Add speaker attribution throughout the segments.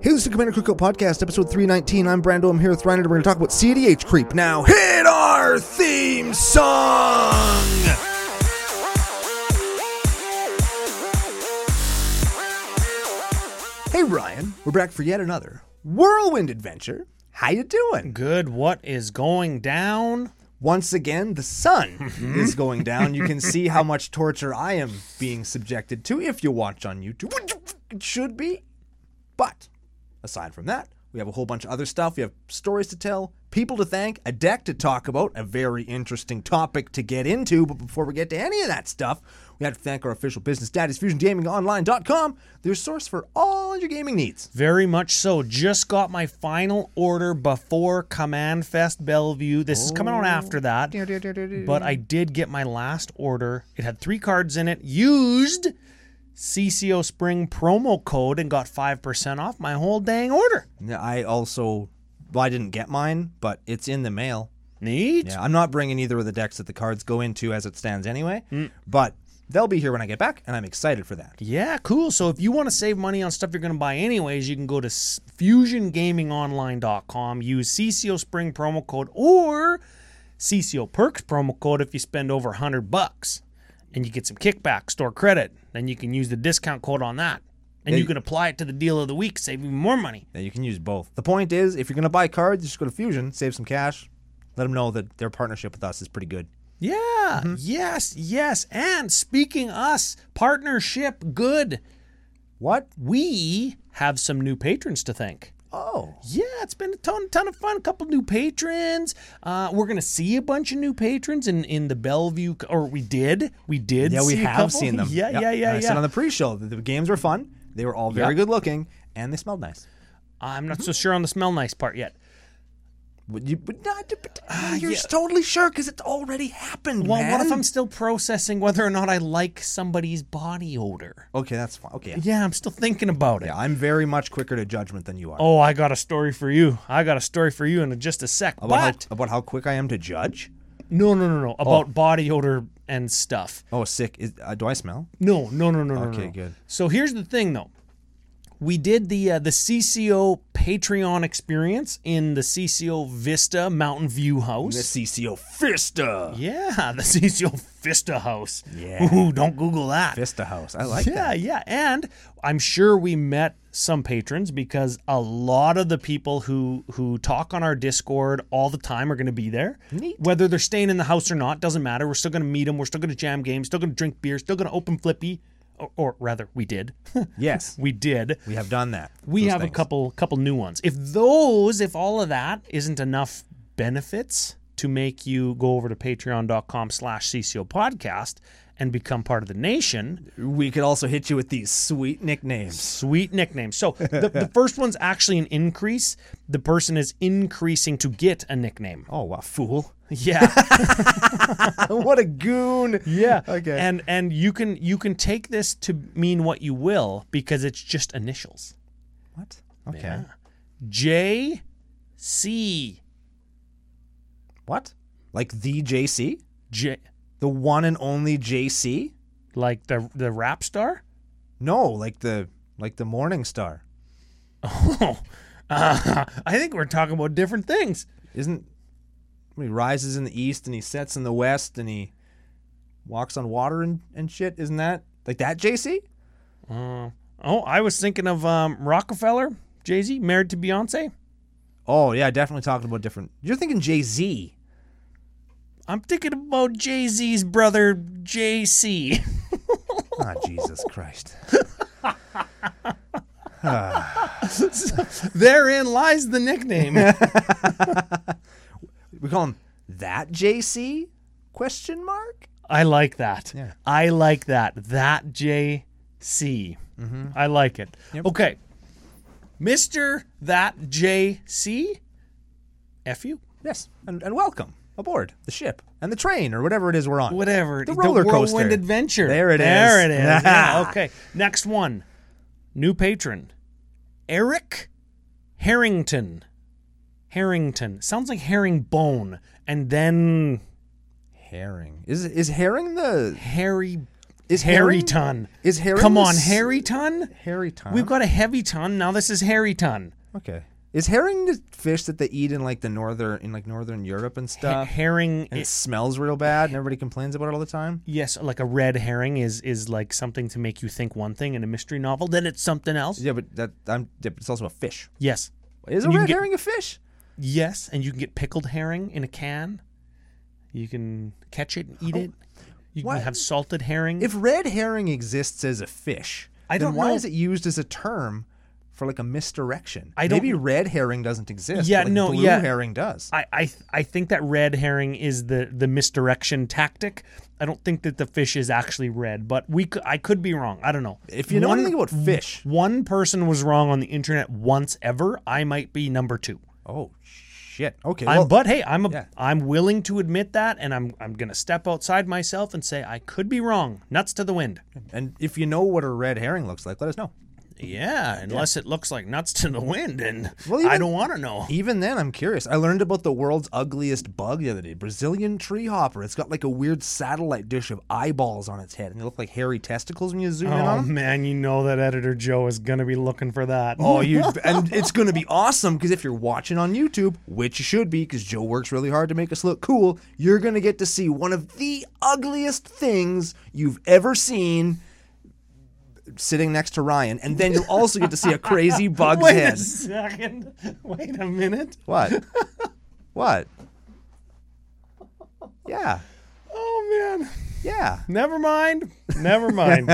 Speaker 1: Hey, this is the Commander Kuko Podcast, episode 319. I'm Brando. I'm here with Ryan, and we're going to talk about CDH creep. Now, hit our theme song! Hey, Ryan. We're back for yet another whirlwind adventure. How you doing?
Speaker 2: Good. What is going down?
Speaker 1: Once again, the sun is going down. You can see how much torture I am being subjected to if you watch on YouTube. which It should be. But aside from that, we have a whole bunch of other stuff. We have stories to tell, people to thank, a deck to talk about, a very interesting topic to get into. But before we get to any of that stuff, we have to thank our official business daddies, FusionGamingOnline.com, their source for all your gaming needs.
Speaker 2: Very much so. Just got my final order before Command Fest Bellevue. This is coming on after that. But I did get my last order. It had three cards in it. Used CCO Spring promo code and got 5% off my whole dang order.
Speaker 1: I also, well, I didn't get mine, but it's in the mail.
Speaker 2: Neat.
Speaker 1: Yeah, I'm not bringing either of the decks that the cards go into as it stands anyway,
Speaker 2: Mm.
Speaker 1: but they'll be here when I get back, and I'm excited for that.
Speaker 2: Yeah, cool. So if you want to save money on stuff you're going to buy anyways, you can go to s- fusiongamingonline.com, use CCO Spring promo code or CCO Perks promo code if you spend over 100 bucks and you get some kickback store credit. Then you can use the discount code on that. And you can apply it to the deal of the week, save even more money.
Speaker 1: Yeah, you can use both. The point is, if you're going to buy cards, just go to Fusion, save some cash, let them know that their partnership with us is pretty good.
Speaker 2: Yeah. Mm-hmm. Yes. Yes. And speaking us, partnership good.
Speaker 1: What?
Speaker 2: We have some new patrons to thank.
Speaker 1: Oh.
Speaker 2: Yeah, it's been a ton, ton of fun. A couple new patrons. Uh, we're gonna see a bunch of new patrons in in the Bellevue, or we did, we did.
Speaker 1: Yeah, we
Speaker 2: see a
Speaker 1: have
Speaker 2: couple.
Speaker 1: seen them.
Speaker 2: Yeah,
Speaker 1: Yep.
Speaker 2: yeah, yeah,
Speaker 1: I
Speaker 2: yeah.
Speaker 1: said on the pre-show that the games were fun. They were all very
Speaker 2: Yep.
Speaker 1: good looking, and they smelled nice.
Speaker 2: I'm not so sure on the smell nice part yet.
Speaker 1: Would you? But not, but, you're totally sure because it's already happened.
Speaker 2: Ah, Well, what if
Speaker 1: man.
Speaker 2: I'm still processing whether or not I like somebody's body odor?
Speaker 1: Okay, that's fine. Okay.
Speaker 2: Yeah, I'm still thinking about it.
Speaker 1: Yeah, I'm very much quicker to judgment than you are.
Speaker 2: Oh, I got a story for you. I got a story for you in just a sec.
Speaker 1: about, Oh. how,
Speaker 2: but
Speaker 1: about how quick I am to judge?
Speaker 2: no, no, no, no. About body odor and stuff.
Speaker 1: Oh, sick. Is, uh, do I smell?
Speaker 2: No, no, no, no, no, no.
Speaker 1: Okay,
Speaker 2: no.
Speaker 1: good.
Speaker 2: So here's the thing, though. We did the uh, the CCO Patreon experience in the CCO Vista Mountain View
Speaker 1: The
Speaker 2: House.
Speaker 1: CCO Fista.
Speaker 2: Yeah, the CCO Vista House.
Speaker 1: Yeah.
Speaker 2: Ooh, don't Google that.
Speaker 1: Vista House. I like
Speaker 2: yeah,
Speaker 1: that.
Speaker 2: yeah. And I'm sure we met some patrons because a lot of the people who who talk on our Discord all the time are going to be there.
Speaker 1: Neat.
Speaker 2: Whether they're staying in the house or not doesn't matter. We're still going to meet them. We're still going to jam games. Still going to drink beer. Still going to open Flippy, or, or rather, we did.
Speaker 1: Yes.
Speaker 2: we did.
Speaker 1: We have done that.
Speaker 2: We
Speaker 1: Those
Speaker 2: have a
Speaker 1: things.
Speaker 2: couple couple new ones. If those, if all of that isn't enough benefits to make you go over to patreon.com slash CCO podcast and become part of the nation,
Speaker 1: We could also hit you with these sweet nicknames.
Speaker 2: Sweet nickname. So the, the first one's actually an increase. The person is increasing to get a nickname.
Speaker 1: Oh, wow, fool.
Speaker 2: Yeah,
Speaker 1: what a goon.
Speaker 2: yeah.
Speaker 1: Okay.
Speaker 2: And and you can you can take this to mean what you will because it's just initials.
Speaker 1: What? Okay.
Speaker 2: J, C,
Speaker 1: What? Like the JC?
Speaker 2: J,
Speaker 1: The one and only JC?
Speaker 2: like the the rap star.
Speaker 1: No, like the like the morning star.
Speaker 2: Oh, uh, I think we're talking about different things.
Speaker 1: Isn't he rises in the east and he sets in the west and he walks on water and, and shit, isn't that? Like that JC?
Speaker 2: Uh, oh, I was thinking of um, Rockefeller, Jay Z, married to Beyonce.
Speaker 1: Oh yeah, definitely talking about different You're thinking Jay Z.
Speaker 2: I'm thinking about Jay Z's brother, JC.
Speaker 1: Ah, Jesus Christ.
Speaker 2: Therein lies the nickname.
Speaker 1: We call him that JC? Question mark?
Speaker 2: I like that.
Speaker 1: Yeah.
Speaker 2: I like that. That JC. I like it. Okay. Mr. That JC. F you.
Speaker 1: Yes, and, and welcome aboard the ship and the train or whatever it is we're on.
Speaker 2: Whatever.
Speaker 1: The roller
Speaker 2: whirlwind
Speaker 1: coaster.
Speaker 2: adventure.
Speaker 1: There it
Speaker 2: There
Speaker 1: is.
Speaker 2: it is. yeah, okay. Next one. New patron. Eric Harrington. Harrington. Sounds like herringbone. And then
Speaker 1: Herring is is herring the
Speaker 2: Harry
Speaker 1: Is
Speaker 2: Harry
Speaker 1: herring-
Speaker 2: ton.
Speaker 1: Is herring
Speaker 2: Come
Speaker 1: the
Speaker 2: on,
Speaker 1: s-
Speaker 2: Harry ton.
Speaker 1: Harry ton.
Speaker 2: We've got a heavy ton. Now this is Harry ton.
Speaker 1: okay. Is herring the fish that they eat in like the northern in like northern Europe and
Speaker 2: A
Speaker 1: stuff?
Speaker 2: herring.
Speaker 1: and it
Speaker 2: is-
Speaker 1: smells real bad, and everybody complains about it all the time.
Speaker 2: yes, like a red herring is is like something to make you think one thing in a mystery novel, then it's something else.
Speaker 1: Yeah, but that I'm. yeah, but It's also a fish.
Speaker 2: Yes.
Speaker 1: Is a
Speaker 2: You can
Speaker 1: red
Speaker 2: get-
Speaker 1: herring a fish?
Speaker 2: Yes, and you can get pickled herring in a can. You can catch it and eat it. You
Speaker 1: Why-
Speaker 2: can have salted herring.
Speaker 1: Oh, If red herring exists as a fish,
Speaker 2: I
Speaker 1: then
Speaker 2: don't
Speaker 1: why
Speaker 2: know.
Speaker 1: is it used as a term for like a misdirection?
Speaker 2: I don't-
Speaker 1: Maybe red herring doesn't exist.
Speaker 2: Yeah,
Speaker 1: but, like,
Speaker 2: no,
Speaker 1: blue
Speaker 2: yeah.
Speaker 1: herring does.
Speaker 2: I, I th- I think that red herring is the the misdirection tactic. I don't think that the fish is actually red, but we could, I could be wrong. I don't know.
Speaker 1: if you know
Speaker 2: one,
Speaker 1: anything about fish,
Speaker 2: one person was wrong on the internet once ever, I might be number two.
Speaker 1: oh shit. Okay,
Speaker 2: I'm,
Speaker 1: well,
Speaker 2: but hey, I'm a,
Speaker 1: yeah.
Speaker 2: am willing to admit that, and I'm I'm gonna step outside myself and say I could be wrong. Nuts to the wind.
Speaker 1: and if you know what a red herring looks like, let us know.
Speaker 2: Yeah, unless it looks like nuts to the wind, and
Speaker 1: Well,
Speaker 2: I
Speaker 1: even-
Speaker 2: don't want to know.
Speaker 1: Even then, I'm curious. I learned about the world's ugliest bug the other day, Brazilian tree hopper. It's got like a weird satellite dish of eyeballs on its head, and they look like hairy testicles when you zoom in on
Speaker 2: Oh
Speaker 1: them.
Speaker 2: man, you know that editor Joe is gonna be looking for that.
Speaker 1: Oh, you and it's going to be awesome because if you're watching on YouTube, which you should be, because Joe works really hard to make us look cool, you're going to get to see one of the ugliest things you've ever seen sitting next to Ryan, and then you'll also get to see a crazy bug's
Speaker 2: Wait
Speaker 1: head.
Speaker 2: a second. Wait a minute.
Speaker 1: What? what? Yeah.
Speaker 2: Oh man.
Speaker 1: Yeah.
Speaker 2: Never mind. Never mind.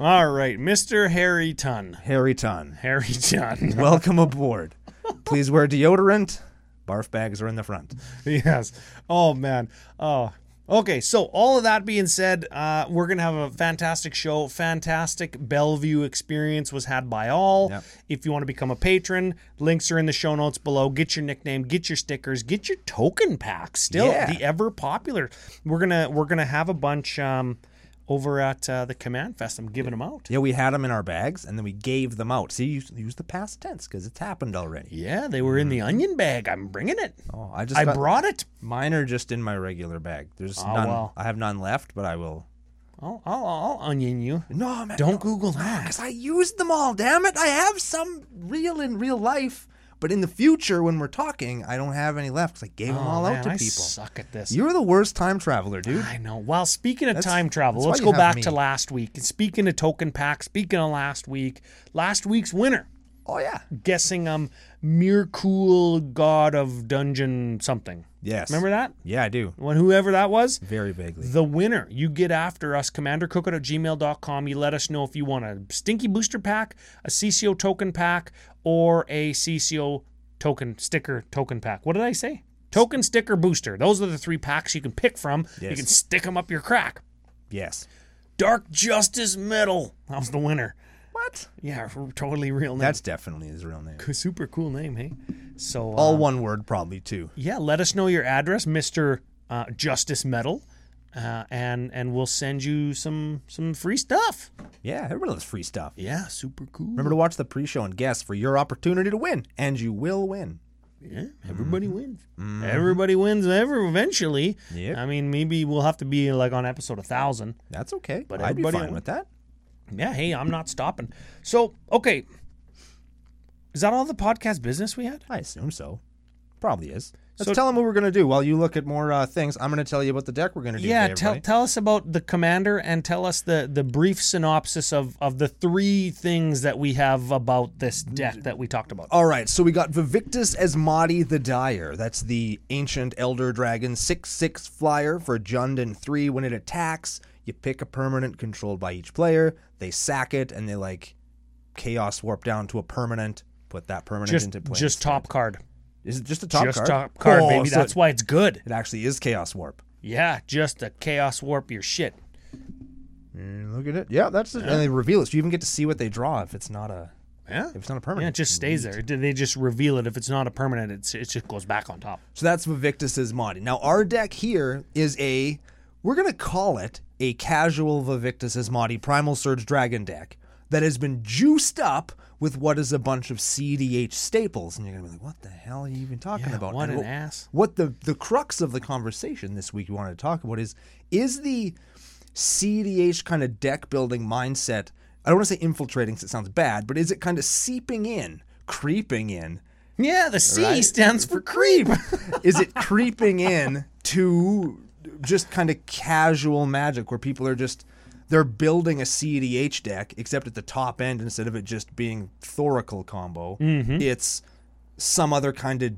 Speaker 2: All right, Mr. Harry Tun.
Speaker 1: Harry Ton,
Speaker 2: Harry Tun.
Speaker 1: welcome aboard. Please wear deodorant. Barf bags are in the front.
Speaker 2: yes. Oh man. Oh. Okay, so all of that being said, uh, we're gonna have a fantastic show. Fantastic Bellevue experience was had by all.
Speaker 1: Yep.
Speaker 2: If you want to become a patron, links are in the show notes below. Get your nickname, get your stickers, get your token pack. Still
Speaker 1: Yeah.
Speaker 2: the ever popular. We're gonna we're gonna have a bunch um, over at uh, the Command Fest. I'm giving them out.
Speaker 1: Yeah, we had them in our bags and then we gave them out. See, use, use the past tense because it's happened already.
Speaker 2: Yeah, they were in
Speaker 1: Mm-hmm.
Speaker 2: the onion bag. I'm bringing it.
Speaker 1: Oh, I just
Speaker 2: I
Speaker 1: got-
Speaker 2: brought it.
Speaker 1: mine are just in my regular bag. There's none.
Speaker 2: well.
Speaker 1: I have none left, but I will.
Speaker 2: I'll, I'll, I'll onion you.
Speaker 1: No, man.
Speaker 2: Don't Google that.
Speaker 1: Because I used them all, damn it. I have some real in real life, but in the future when we're talking, I don't have any left because I gave them all
Speaker 2: Oh, Man,
Speaker 1: out to
Speaker 2: I
Speaker 1: people.
Speaker 2: suck at this.
Speaker 1: You're the worst time traveler, dude.
Speaker 2: I know. Well, speaking of time travel,
Speaker 1: that's why
Speaker 2: let's
Speaker 1: you
Speaker 2: go
Speaker 1: have
Speaker 2: back
Speaker 1: me.
Speaker 2: to last week. And Speaking of token pack, speaking of last week, last week's winner,
Speaker 1: Oh, yeah.
Speaker 2: guessing um Mirkul God of Dungeon something.
Speaker 1: Yes.
Speaker 2: Remember that?
Speaker 1: Yeah, I do.
Speaker 2: When whoever that was?
Speaker 1: Very vaguely.
Speaker 2: The winner, you get after us, commandercookout at gmail.com. You let us know if you want a stinky booster pack, a CCO token pack, or a CCO token sticker token pack. What did I say? Token sticker booster. Those are the three packs you can pick from. You
Speaker 1: Yes.
Speaker 2: can stick them up your crack.
Speaker 1: Yes.
Speaker 2: Dark Justice Metal. That was the winner.
Speaker 1: What?
Speaker 2: Yeah, r- totally real name.
Speaker 1: That's definitely his real name.
Speaker 2: a super cool name, hey? So, uh,
Speaker 1: All one word, probably too.
Speaker 2: yeah, let us know your address, Mister uh, Justice Metal, uh, and and we'll send you some some free stuff.
Speaker 1: Yeah, everybody loves free stuff.
Speaker 2: Yeah, super cool.
Speaker 1: Remember to watch the pre-show and guess for your opportunity to win, and you will win.
Speaker 2: Yeah,
Speaker 1: Mm-hmm.
Speaker 2: everybody wins. Everybody wins. Ever eventually.
Speaker 1: Yep.
Speaker 2: I mean, maybe we'll have to be like on episode a thousand.
Speaker 1: That's okay. But I'd be
Speaker 2: everybody
Speaker 1: fine
Speaker 2: will.
Speaker 1: with that.
Speaker 2: Yeah. Hey, I'm not stopping. So, okay. Is that all the podcast business we had?
Speaker 1: I assume so. Probably is. Let's
Speaker 2: So-
Speaker 1: tell them what we're gonna do while you look at more uh, things. I'm gonna tell you about the deck we're gonna do.
Speaker 2: Yeah,
Speaker 1: today,
Speaker 2: tell,
Speaker 1: everybody.
Speaker 2: tell us about the commander and tell us the, the brief synopsis of, of the three things that we have about this deck that we talked about.
Speaker 1: All right, so we got Vivictus Asmati the Dyer. That's the ancient Elder Dragon 6 6 flyer for Jund 3. When it attacks, you pick a permanent controlled by each player. They sack it and they like chaos warp down to a permanent. Put that permanent
Speaker 2: Just
Speaker 1: into play.
Speaker 2: just top card.
Speaker 1: is it just a top
Speaker 2: just
Speaker 1: card?
Speaker 2: top card,
Speaker 1: Oh,
Speaker 2: baby.
Speaker 1: so
Speaker 2: That's why it's good.
Speaker 1: it actually is chaos warp.
Speaker 2: Yeah, just a chaos warp your shit.
Speaker 1: Mm, Look at it. Yeah, that's it. And they reveal it. So you even get to see what they draw if it's not a
Speaker 2: Yeah.
Speaker 1: if it's not a
Speaker 2: Yeah, it
Speaker 1: permanent.
Speaker 2: just stays there. Did They just reveal it if it's not a permanent. It's, it just goes back on top.
Speaker 1: So that's Vivictus's mod. Now our deck here is a we're gonna call it a casual Vivictus's Modi Primal Surge Dragon deck that has been juiced up with what is a bunch of CDH staples, and you're gonna be like, what the hell are you even talking
Speaker 2: Yeah,
Speaker 1: about?
Speaker 2: what
Speaker 1: And
Speaker 2: an
Speaker 1: what-
Speaker 2: ass.
Speaker 1: What the the crux of the conversation this week we wanted to talk about is is the CDH kind of deck building mindset? I don't want to say infiltrating 'cause it sounds bad, but is it kind of seeping in, creeping in?
Speaker 2: Yeah, the C stands for creep.
Speaker 1: Is it creeping in to just kind of casual magic where people are just they're building a CDH deck, except at the top end instead of it just being Thoracle combo,
Speaker 2: Mm-hmm.
Speaker 1: it's some other kind of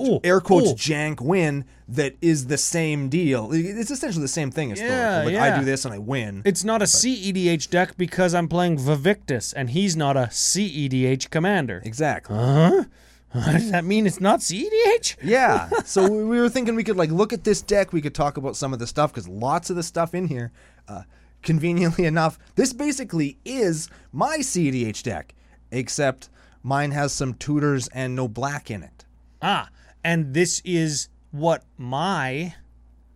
Speaker 2: Ooh,
Speaker 1: air quotes
Speaker 2: ooh.
Speaker 1: jank win that is the same deal. It- It's essentially the same thing as
Speaker 2: Yeah,
Speaker 1: Thoracle. Like
Speaker 2: yeah.
Speaker 1: I do this and I win.
Speaker 2: It's not a CEDH deck because I'm playing Vivictus and he's not a CEDH commander.
Speaker 1: exactly.
Speaker 2: Does that mean it's not E CEDH?
Speaker 1: Yeah. So we we were thinking we could like look at this deck. We could talk about some of the stuff because lots of the stuff in here, uh, conveniently enough, this basically is my CDH deck, except mine has some tutors and no black in it.
Speaker 2: Ah, and this is what my.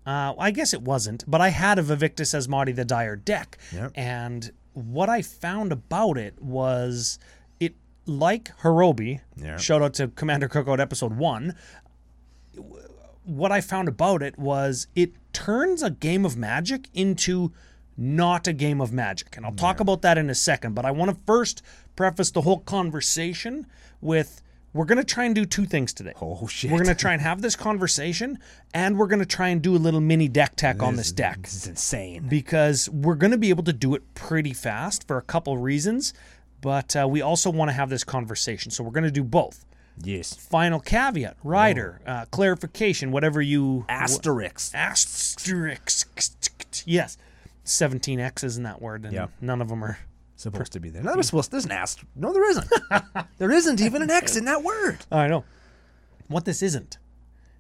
Speaker 2: Uh, I guess it wasn't, but I had a Vivictus Asmati the Dire deck.
Speaker 1: Yep.
Speaker 2: And what I found about it was it, like Hirobi,
Speaker 1: Yep.
Speaker 2: shout out to Commander Cookout Episode 1, what I found about it was it turns a game of magic into not a game of magic. And I'll talk about that in a second, but I want to first preface the whole conversation with we're going to try and do two things today.
Speaker 1: Oh shit!
Speaker 2: We're going to try and have this conversation and we're going to try and do a little mini deck tech on this deck
Speaker 1: This is insane.
Speaker 2: because we're going to be able to do it pretty fast for a couple reasons, but uh, we also want to have this conversation. So we're going to do both.
Speaker 1: Yes.
Speaker 2: Final caveat, rider, uh, clarification, whatever you
Speaker 1: Asterix.
Speaker 2: asterisk. Yes, seventeen X's in that word, and
Speaker 1: Yep.
Speaker 2: none of them are.
Speaker 1: Supposed to be there. No, there's supposed. There's an ast. No, there isn't. there isn't even an X in that word.
Speaker 2: Oh, I know what this isn't.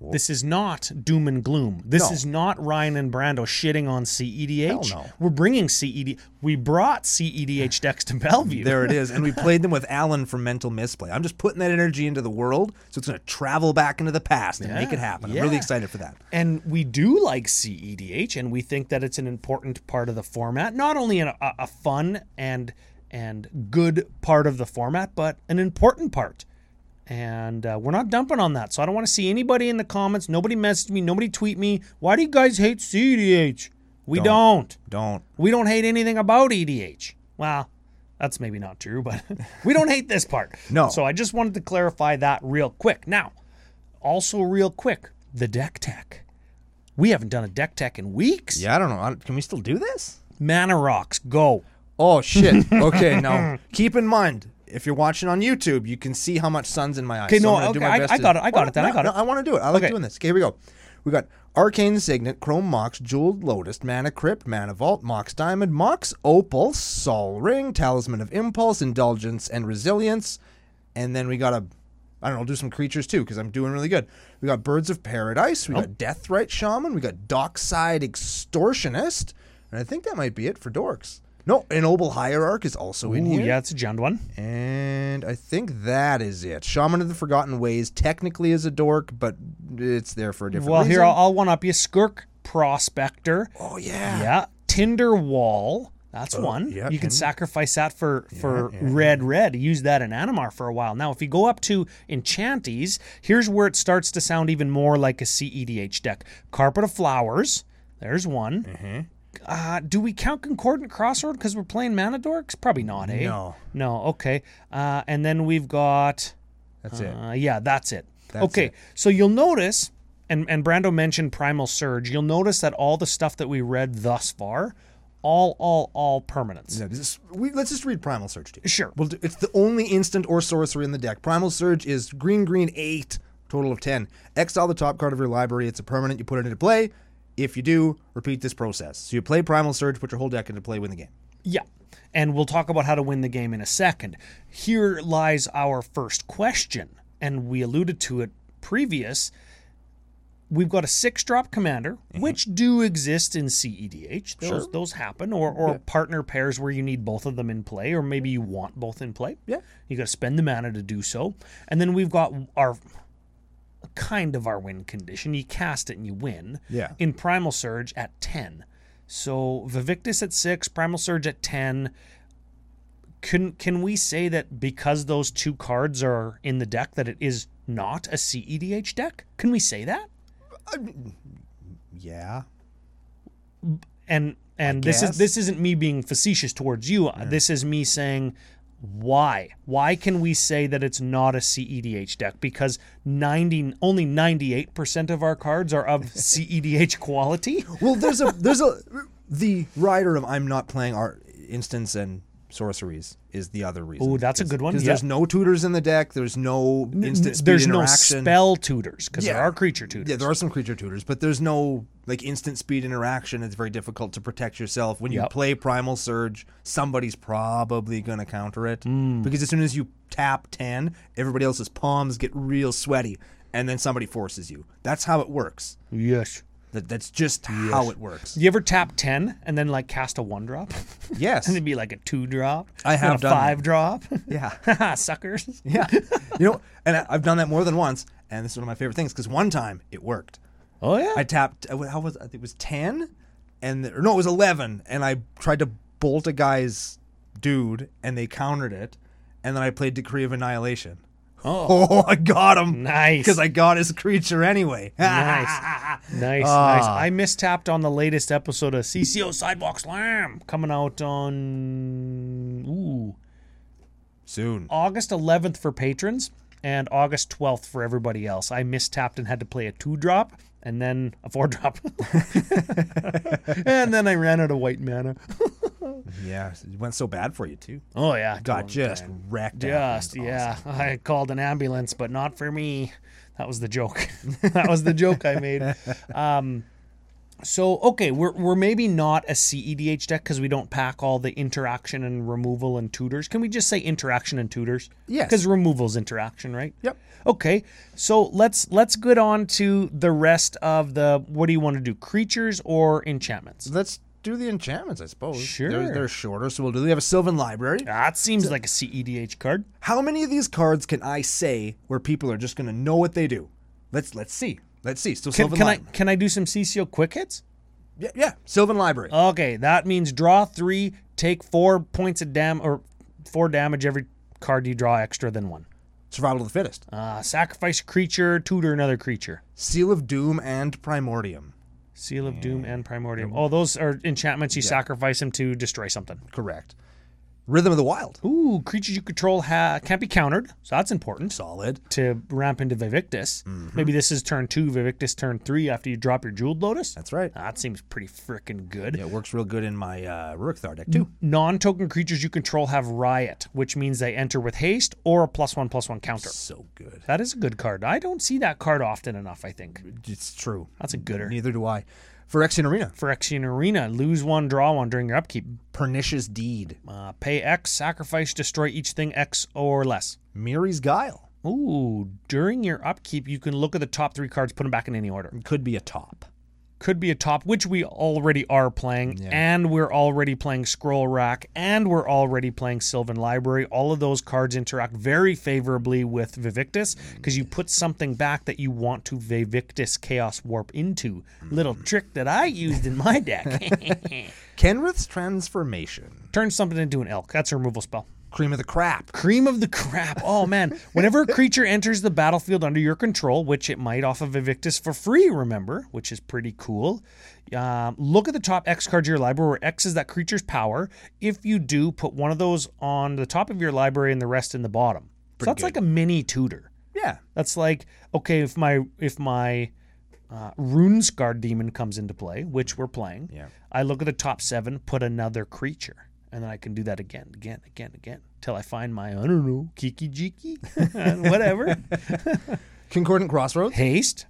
Speaker 2: This is not doom and gloom. This
Speaker 1: No.
Speaker 2: is not Ryan and Brando shitting on CEDH.
Speaker 1: Hell no.
Speaker 2: We're bringing CED. We brought CEDH decks to Bellevue.
Speaker 1: There it is. And we played them with Alan from Mental Misplay. I'm just putting that energy into the world, so it's going to travel back into the past and make
Speaker 2: Yeah,
Speaker 1: it happen.
Speaker 2: yeah.
Speaker 1: I'm really excited for that.
Speaker 2: And we do like CEDH, and we think that it's an important part of the format, not only an, a, a fun and and good part of the format, but an important part. And uh, we're not dumping on that, so I don't want to see anybody in the comments. Nobody message me. Nobody tweet me. Why do you guys hate CEDH? We don't.
Speaker 1: Don't.
Speaker 2: We don't hate anything about EDH. Well, that's maybe not true, but we don't hate this part.
Speaker 1: No.
Speaker 2: So I just wanted to clarify that real quick. Now, also real quick, the deck tech. We haven't done a deck tech in weeks.
Speaker 1: Yeah, I don't know. I- Can we still do this?
Speaker 2: Mana rocks, go.
Speaker 1: Oh shit. Okay, now keep in mind if you're watching on YouTube, you can see how much sun's in my eyes. Okay,
Speaker 2: no, okay, I- I got it, I got it then, I got it.
Speaker 1: I want to do it. I like
Speaker 2: Okay.
Speaker 1: doing this. Okay, here we go. We got Arcane Signet, Chrome Mox, Jeweled Lotus, Mana Crypt, Mana Vault, Mox Diamond, Mox Opal, Sol Ring, Talisman of Impulse, Indulgence, and Resilience. And then we got a, I don't know, do some creatures too because I'm doing really good. We got Birds of Paradise, we
Speaker 2: Oh.
Speaker 1: got Deathrite Shaman, we got Dockside Extortionist, and I think that might be it for dorks. No, an Obel Hierarch is also in
Speaker 2: Ooh,
Speaker 1: here.
Speaker 2: yeah, it's a Jund one.
Speaker 1: And I think that is it. Shaman of the Forgotten Ways technically is a dork, but it's there for a different
Speaker 2: Well,
Speaker 1: reason.
Speaker 2: here I'll, I'll one up you. Skirk Prospector.
Speaker 1: oh yeah. Oh,
Speaker 2: Yeah, Tinder Wall. That's one.
Speaker 1: yeah,
Speaker 2: you can
Speaker 1: Tinder.
Speaker 2: sacrifice that for for red red. Use that in Animar for a while. Now, if you go up to Enchanties, here's where it starts to sound even more like a CEDH deck. Carpet of Flowers. There's one.
Speaker 1: Mm-hmm.
Speaker 2: Uh, do we count Concordant Crossroad because we're playing Mana Dorks? Probably not, eh?
Speaker 1: No.
Speaker 2: No. Okay. Uh, and then we've got.
Speaker 1: That's it.
Speaker 2: Uh, yeah, that's it.
Speaker 1: That's
Speaker 2: okay,
Speaker 1: it.
Speaker 2: so you'll notice, and, and Brando mentioned Primal Surge, you'll notice that all the stuff that we read thus far, all, all, all permanents.
Speaker 1: Yeah, this is- we- let's just read Primal Surge. Dude.
Speaker 2: Sure.
Speaker 1: Well, it's the only instant or sorcery in the deck. Primal Surge is green, green, eight, total of ten. Exile the top card of your library. It's a permanent. You put it into play. If you do, repeat this process. So you play Primal Surge, put your whole deck into play, win the game.
Speaker 2: Yeah. And we'll talk about how to win the game in a second. Here lies our first question, and we alluded to it previous. We've got a six drop commander, which do exist in CEDH. Those, those happen, or, or partner pairs where you need both of them in play, or maybe you want both in play.
Speaker 1: Yeah.
Speaker 2: You got to spend the mana to do so. And then we've got our kind of our win condition. You cast it and you win.
Speaker 1: Yeah.
Speaker 2: In Primal Surge at 10. So Vivictus at 6, Primal Surge at 10. Can can we say that because those two cards are in the deck that it is not a E CEDH deck? Can we say that?
Speaker 1: Yeah.
Speaker 2: and and this
Speaker 1: guess.
Speaker 2: is this isn't me being facetious towards you. This is me saying why why can we say that it's not a CEDH deck because 90 only 98% of our cards are of CEDH quality?
Speaker 1: Well, there's a there's a the rider of I'm not playing art instance and sorceries is the other reason.
Speaker 2: Ooh, that's a good one,
Speaker 1: Because
Speaker 2: yeah.
Speaker 1: there's no tutors in the deck. There's no instant speed
Speaker 2: There's no
Speaker 1: interaction.
Speaker 2: spell tutors because there
Speaker 1: Yeah.
Speaker 2: are creature tutors.
Speaker 1: Yeah, there are some creature tutors, but there's no like instant speed interaction. It's very difficult to protect yourself when you
Speaker 2: Yep.
Speaker 1: play Primal Surge. Somebody's probably gonna counter it
Speaker 2: Mm.
Speaker 1: because as soon as you tap ten, everybody else's palms get real sweaty, and then somebody forces you. That's how it works.
Speaker 2: Yes.
Speaker 1: That, that's just how it works.
Speaker 2: You ever tap 10 and then like cast a 1 drop?
Speaker 1: Yes.
Speaker 2: And it'd be like a 2 drop.
Speaker 1: I
Speaker 2: and then
Speaker 1: have
Speaker 2: a
Speaker 1: done
Speaker 2: 5 drop.
Speaker 1: yeah.
Speaker 2: Suckers.
Speaker 1: Yeah. you know, and I, I've done that more than once, and this is one of my favorite things because one time it worked.
Speaker 2: Oh yeah.
Speaker 1: I tapped. uh, How was it? Was ten, and the- or no, it was eleven, and I tried to bolt a guy's dude, and they countered it, and then I played Decree of Annihilation.
Speaker 2: Oh.
Speaker 1: I got him.
Speaker 2: Nice.
Speaker 1: Because I got his creature anyway.
Speaker 2: Nice. Nice, nice. I mistapped on the latest episode of CCO Sidewalk Slam coming out on ooh,
Speaker 1: Soon.
Speaker 2: August 11th for patrons and August 12th for everybody else. I mistapped and had to play a 2 drop and then a 4 drop. and then I ran out of white mana.
Speaker 1: Yeah. It went so bad for you too.
Speaker 2: Oh yeah.
Speaker 1: Got
Speaker 2: totally.
Speaker 1: just wrecked.
Speaker 2: Just, yeah. I called an ambulance, but not for me. That was the joke. that was the joke I made. Um, so, okay, we're, we're maybe not a E CEDH deck because we don't pack all the interaction and removal and tutors. Can we just say interaction and tutors?
Speaker 1: Yes.
Speaker 2: Because removal's interaction, right?
Speaker 1: Yep.
Speaker 2: Okay, so let's let's get on to the rest of the. What do you want to do? Creatures or enchantments?
Speaker 1: Let's do the enchantments, I suppose.
Speaker 2: Sure.
Speaker 1: They're, they're shorter, so we'll do. They have a Sylvan Library.
Speaker 2: That seems like a CEDH card.
Speaker 1: How many of these cards can I say where people are just going to know what they do? Let's let's see. Let's see. So
Speaker 2: Can,
Speaker 1: Sylvan
Speaker 2: can I
Speaker 1: Library.
Speaker 2: can I do some CCO quick hits?
Speaker 1: Yeah, yeah, Sylvan Library.
Speaker 2: Okay, that means draw three, take four points of dam or four damage every card you draw extra than one.
Speaker 1: Survival of the fittest.
Speaker 2: Uh, sacrifice a creature, tutor another creature.
Speaker 1: Seal of Doom and Primordium.
Speaker 2: Seal of Doom and Primordium. Oh, those are enchantments you sacrifice them to destroy something.
Speaker 1: Correct. Rhythm of the Wild.
Speaker 2: Ooh, creatures you control ha- can't be countered, so that's important.
Speaker 1: Solid.
Speaker 2: To ramp into Vivictus. Maybe this is turn two, Vivictus turn three after you drop your Jeweled Lotus.
Speaker 1: That's right.
Speaker 2: That seems pretty freaking good.
Speaker 1: Yeah, it works real good in my uh, Rurik Thar deck too.
Speaker 2: Non-token creatures you control have Riot, which means they enter with haste or a plus one plus one counter.
Speaker 1: So good.
Speaker 2: That is a good card. I don't see that card often enough, I think.
Speaker 1: It's true.
Speaker 2: That's a gooder.
Speaker 1: Neither do I. Phyrexian Arena.
Speaker 2: For Exian Arena, lose one, draw one during your upkeep.
Speaker 1: Pernicious Deed.
Speaker 2: Uh, pay X, sacrifice, destroy each thing X or less.
Speaker 1: Miri's Guile.
Speaker 2: Ooh, during your upkeep, you can look at the top three cards, put them back in any order.
Speaker 1: Could be a top.
Speaker 2: Could be a top, which we already are playing, and we're already playing Scroll Rack, and we're already playing Sylvan Library. All of those cards interact very favorably with Vivictus because you put something back that you want to Vivictus Chaos Warp into. Little trick that I used in my deck.
Speaker 1: Kenrith's Transformation.
Speaker 2: Turn something into an elk. That's a removal spell.
Speaker 1: Cream of the Crap.
Speaker 2: Cream of the crap. Oh man. Whenever a creature enters the battlefield under your control, which it might off of Evictus for free, remember, which is pretty cool. Um, look at the top X card of your library, where X is that creature's power. If you do, put one of those on the top of your library and the rest in the bottom. so that's like a mini tutor.
Speaker 1: Yeah.
Speaker 2: That's like okay, if my if my uh, Runesguard demon comes into play, which we're playing,
Speaker 1: Yeah.
Speaker 2: I look at the top seven, put another creature, and then I can do that again, again, again, again, till I find my I don't know Kiki Jiki, whatever.
Speaker 1: Concordant Crossroads.
Speaker 2: Haste.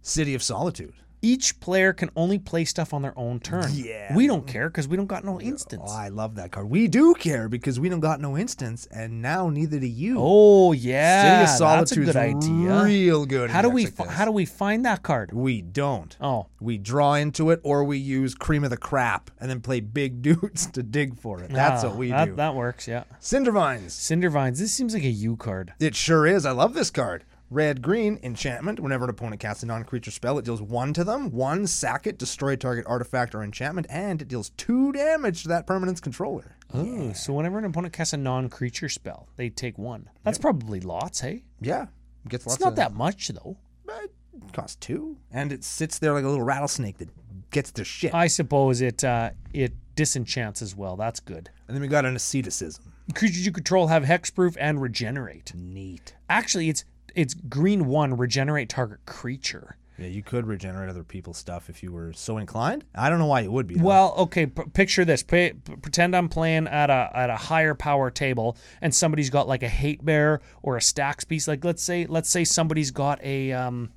Speaker 1: City of Solitude.
Speaker 2: Each player can only play stuff on their own turn.
Speaker 1: Yeah.
Speaker 2: we don't care because we don't got no
Speaker 1: Oh,
Speaker 2: instance.
Speaker 1: I love that card. We do care because we don't got no instance, and now neither do you.
Speaker 2: Oh yeah,
Speaker 1: City of Solitude's
Speaker 2: that's a good idea.
Speaker 1: real good.
Speaker 2: how do we fi-
Speaker 1: Find,
Speaker 2: how do we find that card?
Speaker 1: we don't.
Speaker 2: Oh,
Speaker 1: We draw into it, or we use cream of the crap, and then play big dudes to dig for it. That's
Speaker 2: ah,
Speaker 1: what we
Speaker 2: that,
Speaker 1: do.
Speaker 2: That works. Yeah.
Speaker 1: Cinder vines.
Speaker 2: Cinder Vines. This seems like a U card.
Speaker 1: It sure is. I love this card. Red green enchantment. Whenever an opponent casts a non creature spell, it deals one to them, one sack it, destroy target artifact or enchantment, and it deals two damage to that permanent's controller.
Speaker 2: Oh, so whenever an opponent casts a non-creature spell, they take one. That's probably lots, hey?
Speaker 1: Yeah, gets lots
Speaker 2: It's not
Speaker 1: of
Speaker 2: that much though.
Speaker 1: But it costs two, and it sits there like a little rattlesnake that gets their shit.
Speaker 2: I suppose it uh, it disenchants as well. That's good.
Speaker 1: and then we got an asceticism.
Speaker 2: Creatures you control have hexproof and regenerate.
Speaker 1: Neat.
Speaker 2: Actually, it's it's green one regenerate target creature.
Speaker 1: Yeah, you could regenerate other people's stuff if you were so inclined. I don't know why you would be. though.
Speaker 2: Well, okay. P- picture this. P- p- pretend I'm playing at a at a higher power table, and somebody's got like a hate bear or a stacks piece. Like let's say let's say somebody's got a um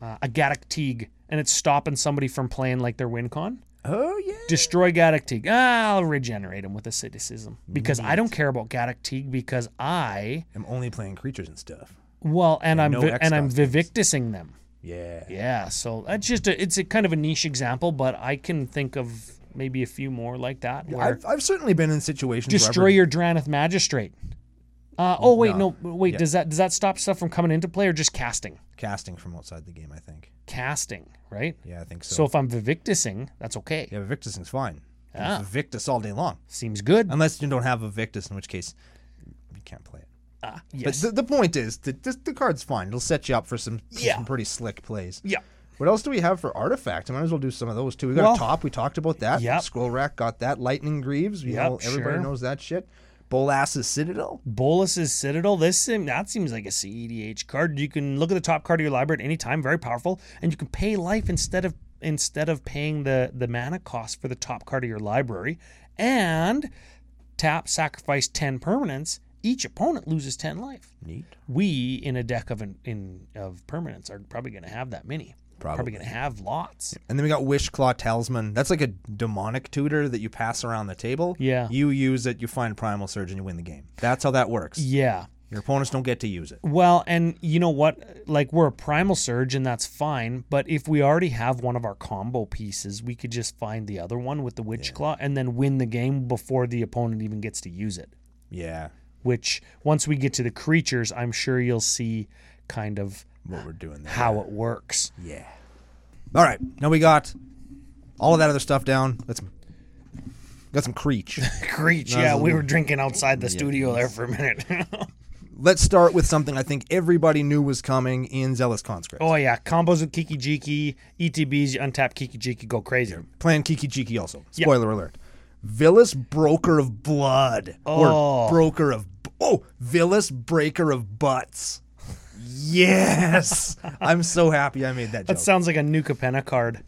Speaker 2: uh, a Gaddock Teague, and it's stopping somebody from playing like their win con.
Speaker 1: oh yeah.
Speaker 2: Destroy Gaddock Teague. Ah, I'll regenerate him with asceticism because I don't care about Gaddock Teague because I
Speaker 1: I'm only playing creatures and stuff.
Speaker 2: well and I'm
Speaker 1: no
Speaker 2: vi- and I'm
Speaker 1: Xbox
Speaker 2: vivictusing them.
Speaker 1: Yeah.
Speaker 2: Yeah, so that's just a, it's a kind of a niche example, but I can think of maybe a few more like that. Where
Speaker 1: I've, I've certainly been in situations.
Speaker 2: destroy
Speaker 1: Where
Speaker 2: your Draneth Magistrate. Uh, oh wait, no, wait.
Speaker 1: Yeah.
Speaker 2: Does that does that stop stuff from coming into play or just casting?
Speaker 1: I've been casting from outside the game. I think.
Speaker 2: Casting, right?
Speaker 1: Yeah, I think so.
Speaker 2: So if I'm Vivictusing, that's okay.
Speaker 1: yeah, Victusing's fine. Yeah. Victus all day long,
Speaker 2: Seems good.
Speaker 1: unless you don't have a Victus, in which case you can't play it.
Speaker 2: Ah,
Speaker 1: But
Speaker 2: yes.
Speaker 1: the, the point is that this, the card's fine. It'll set you up for some, for
Speaker 2: Yeah.
Speaker 1: some pretty slick plays.
Speaker 2: yeah.
Speaker 1: What else do we have for artifact? I might as well do some of those too. We got
Speaker 2: Well-
Speaker 1: a top. We talked about that.
Speaker 2: Yep.
Speaker 1: Scroll rack got that. Lightning Greaves. You
Speaker 2: Yep,
Speaker 1: know, everybody
Speaker 2: sure.
Speaker 1: knows that shit. Bolas's Citadel.
Speaker 2: Bolus's Citadel. This seem, that seems like a CEDH card. You can look at the top card of your library at any time. Very powerful, and you can pay life instead of instead of paying the the mana cost for the top card of your library, and tap sacrifice ten permanents. Each opponent loses ten life.
Speaker 1: Neat.
Speaker 2: We in a deck of an, in of permanents are probably going to have that many.
Speaker 1: Probably.
Speaker 2: going to have lots.
Speaker 1: And then we got Wish Claw Talisman. That's like a demonic tutor that you pass around the table.
Speaker 2: Yeah.
Speaker 1: You use it, you find Primal Surge, and you win the game. That's how that works.
Speaker 2: Yeah.
Speaker 1: Your opponents don't get to use it.
Speaker 2: Well, and you know what? Like we're a primal surge, and that's fine. But if we already have one of our combo pieces, we could just find the other one with the witch claw and then win the game before the opponent even gets to use it.
Speaker 1: Yeah.
Speaker 2: Which once we get to the creatures, I'm sure you'll see kind of
Speaker 1: What we're doing there.
Speaker 2: how it works.
Speaker 1: Yeah. All right. Now we got all of that other stuff down. Let's got some creech.
Speaker 2: Creech, yeah, we were drinking outside the studio there for a minute.
Speaker 1: Let's start with something I think everybody knew was coming in Zealous Conscript.
Speaker 2: oh yeah, combos with Kiki Jiki, ETBs, you untap Kiki Jiki, go crazy.
Speaker 1: Plan Kiki Jiki also. Spoiler alert. Villas Broker of Blood. Or
Speaker 2: Oh.
Speaker 1: Broker of. Oh, Villas Breaker of Butts. Yes. I'm so happy I made that joke.
Speaker 2: That sounds like a new Capenna card,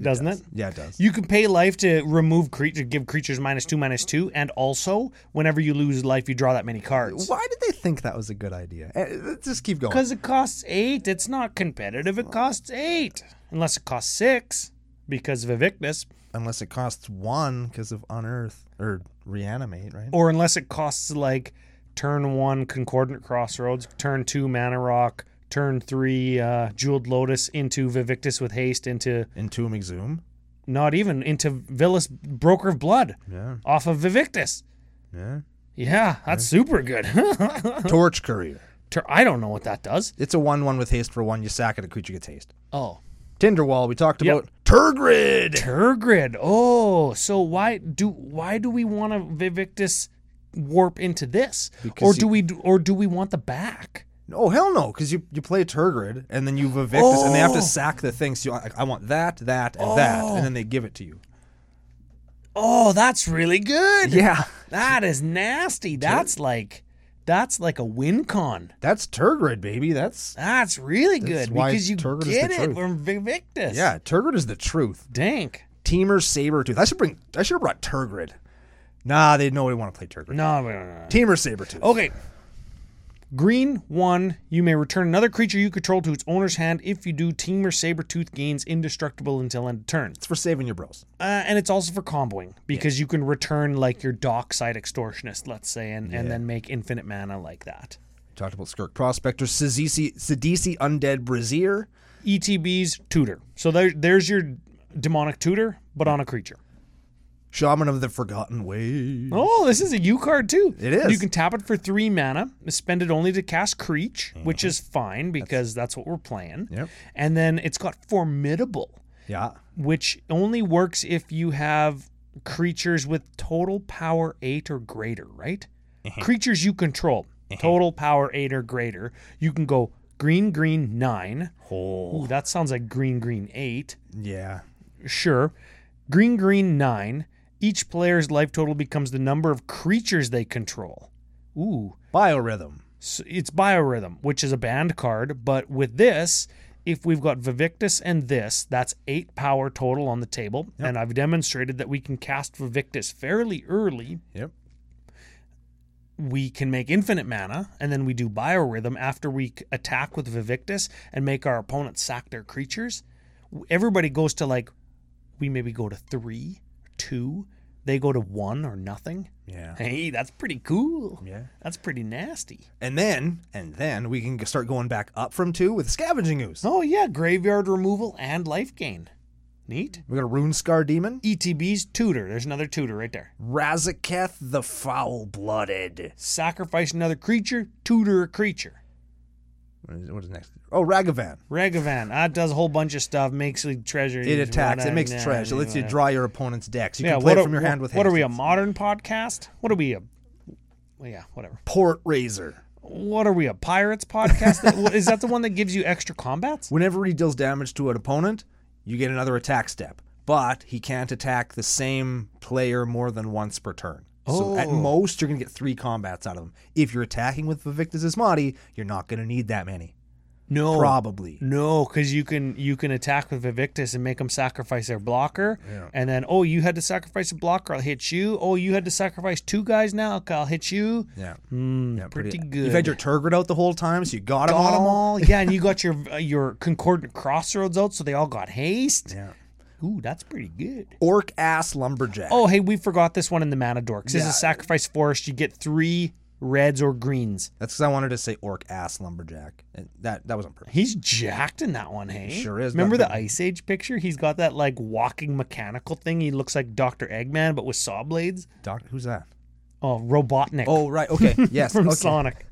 Speaker 2: doesn't
Speaker 1: does.
Speaker 2: it?
Speaker 1: Yeah, it does.
Speaker 2: You can pay life to remove creature, give creatures minus two, minus two, and also whenever you lose life, you draw that many cards.
Speaker 1: Why did they think that was a good idea? Eh, Let's just keep going.
Speaker 2: Because it costs eight, it's not competitive. It costs eight, unless it costs six because of Evictus,
Speaker 1: Unless it costs one because of Unearth or Reanimate, right?
Speaker 2: or unless it costs like turn one Concordant Crossroads, turn two Mana Rock, turn three uh, Jeweled Lotus into Vivictus with haste into
Speaker 1: Entomb Exhum.
Speaker 2: not even into Villas Broker of Blood
Speaker 1: Yeah.
Speaker 2: off of Vivictus.
Speaker 1: Yeah.
Speaker 2: Yeah, that's super good.
Speaker 1: Torch Courier.
Speaker 2: Tur- I don't know what that does.
Speaker 1: It's a 1 1 with haste for one. You sack it, a creature gets haste.
Speaker 2: Oh.
Speaker 1: Tinderwall, we talked
Speaker 2: Yep.
Speaker 1: about. Turgrid!
Speaker 2: Turgrid. Oh, so why do why do we want to Vivictus warp into this? or
Speaker 1: Because
Speaker 2: do we or do we want the back?
Speaker 1: Oh hell no! Because you, you play Turgrid and then you evict this, and they
Speaker 2: Oh.
Speaker 1: have to sack the thing. So you, I, I want that, that, and that, and then they give it to you.
Speaker 2: Oh, that's really good.
Speaker 1: Yeah,
Speaker 2: That is nasty. That's like that's like a win con.
Speaker 1: that's Turgrid, baby. That's
Speaker 2: That's really good
Speaker 1: why
Speaker 2: because you
Speaker 1: Turgrid is
Speaker 2: get
Speaker 1: the
Speaker 2: it
Speaker 1: truth.
Speaker 2: from Vivictus.
Speaker 1: yeah. Turgrid is the truth.
Speaker 2: Dank.
Speaker 1: Teamer Sabretooth. I should bring. I should have brought Turgrid. Nah, they know we want to play Turgrid.
Speaker 2: No, no, no, no.
Speaker 1: Teamer Sabretooth.
Speaker 2: Okay. Green one, you may return another creature you control to its owner's hand. If you do, Team or Sabretooth gains indestructible until end of turn.
Speaker 1: it's for saving your bros.
Speaker 2: Uh, and it's also for comboing because you can return like your dockside extortionist, let's say, and, and then make infinite mana like that.
Speaker 1: We talked about Skirk Prospector, Sidisi, Sidisi Undead Brazier.
Speaker 2: ETB's E tutor. So there, there's your demonic tutor, but on a creature.
Speaker 1: Shaman of the Forgotten Way.
Speaker 2: Oh, this is a U card too.
Speaker 1: It is.
Speaker 2: You can tap it for three mana, spend it only to cast Creech, which is fine because that's, what we're playing.
Speaker 1: Mm-hmm. Yep.
Speaker 2: And then it's got Formidable.
Speaker 1: Yeah,
Speaker 2: which only works if you have creatures with total power eight or greater, right? Creatures you control, total power eight or greater. You can go green, green, nine. Oh, that sounds like green, green, eight.
Speaker 1: yeah.
Speaker 2: Sure. Green, green, nine. Each player's life total becomes the number of creatures they control. Ooh.
Speaker 1: Biorhythm.
Speaker 2: So it's Biorhythm, which is a band card, but with this, if we've got Vivictus and this, that's eight power total on the table. And I've demonstrated that we can cast Vivictus fairly early.
Speaker 1: Yep.
Speaker 2: We can make infinite mana, and then we do Biorhythm after we c- attack with Vivictus and make our opponent sack their creatures. W- Everybody goes to like, we maybe go to three, two, they go to one or nothing.
Speaker 1: Yeah.
Speaker 2: Hey, that's pretty cool.
Speaker 1: Yeah.
Speaker 2: That's pretty nasty.
Speaker 1: And then, and then we can g- start going back up from two with Scavenging Ooze.
Speaker 2: Oh, yeah, graveyard removal and life gain. Neat.
Speaker 1: We got a Rune Scar Demon.
Speaker 2: ETB's tutor. There's another tutor right there.
Speaker 1: Razaketh the Foul Blooded.
Speaker 2: Sacrifice another creature, tutor a creature.
Speaker 1: What is, what is next? Oh, Ragavan.
Speaker 2: Ragavan, that Ah, does a whole bunch of stuff, makes the treasure.
Speaker 1: It attacks. It makes
Speaker 2: Yeah,
Speaker 1: trash. It lets you
Speaker 2: whatever.
Speaker 1: draw your opponent's decks. You
Speaker 2: Yeah,
Speaker 1: can play
Speaker 2: what
Speaker 1: it
Speaker 2: are-
Speaker 1: from your
Speaker 2: what-
Speaker 1: hand with
Speaker 2: What are
Speaker 1: haste.
Speaker 2: we, a modern podcast? What are we, a. well, Yeah, whatever.
Speaker 1: Port Razor.
Speaker 2: What are we, a pirates podcast? That- Is that the one that gives you extra combats?
Speaker 1: Whenever he deals damage to an opponent, you get another attack step. But he can't attack the same player more than once per turn. So at most, you're going to get three combats out of him. If you're attacking with Vivictus Ismati, you're not going to need that many.
Speaker 2: No.
Speaker 1: Oh. Probably.
Speaker 2: No, because you can you can attack with Evictus and make them sacrifice their blocker, and then oh you had to sacrifice a blocker, I'll hit you. Oh you had to sacrifice two guys now, okay, I'll hit you.
Speaker 1: Yeah. Yeah,
Speaker 2: pretty
Speaker 1: You've had
Speaker 2: good.
Speaker 1: your Turgid out the whole time, so you Hmm, got him
Speaker 2: Got 'em
Speaker 1: all.
Speaker 2: all, yeah, and you got your uh, your concordant crossroads out, so they all got haste.
Speaker 1: Yeah.
Speaker 2: Ooh, that's pretty good.
Speaker 1: Orc ass lumberjack.
Speaker 2: Oh hey, we forgot this one in the mana dorks. This
Speaker 1: Yeah.
Speaker 2: is sacrifice forest. You get three reds or greens.
Speaker 1: That's because I wanted to say orc ass lumberjack, and that that wasn't perfect.
Speaker 2: He's jacked in that one, hey?
Speaker 1: sure is,
Speaker 2: Remember
Speaker 1: got
Speaker 2: the Ice Age picture? He's got that like walking mechanical thing. He looks like Doctor Eggman, but with saw blades.
Speaker 1: Doc, who's that?
Speaker 2: Oh, Robotnik
Speaker 1: Oh right, okay, yes.
Speaker 2: from
Speaker 1: okay.
Speaker 2: Sonic.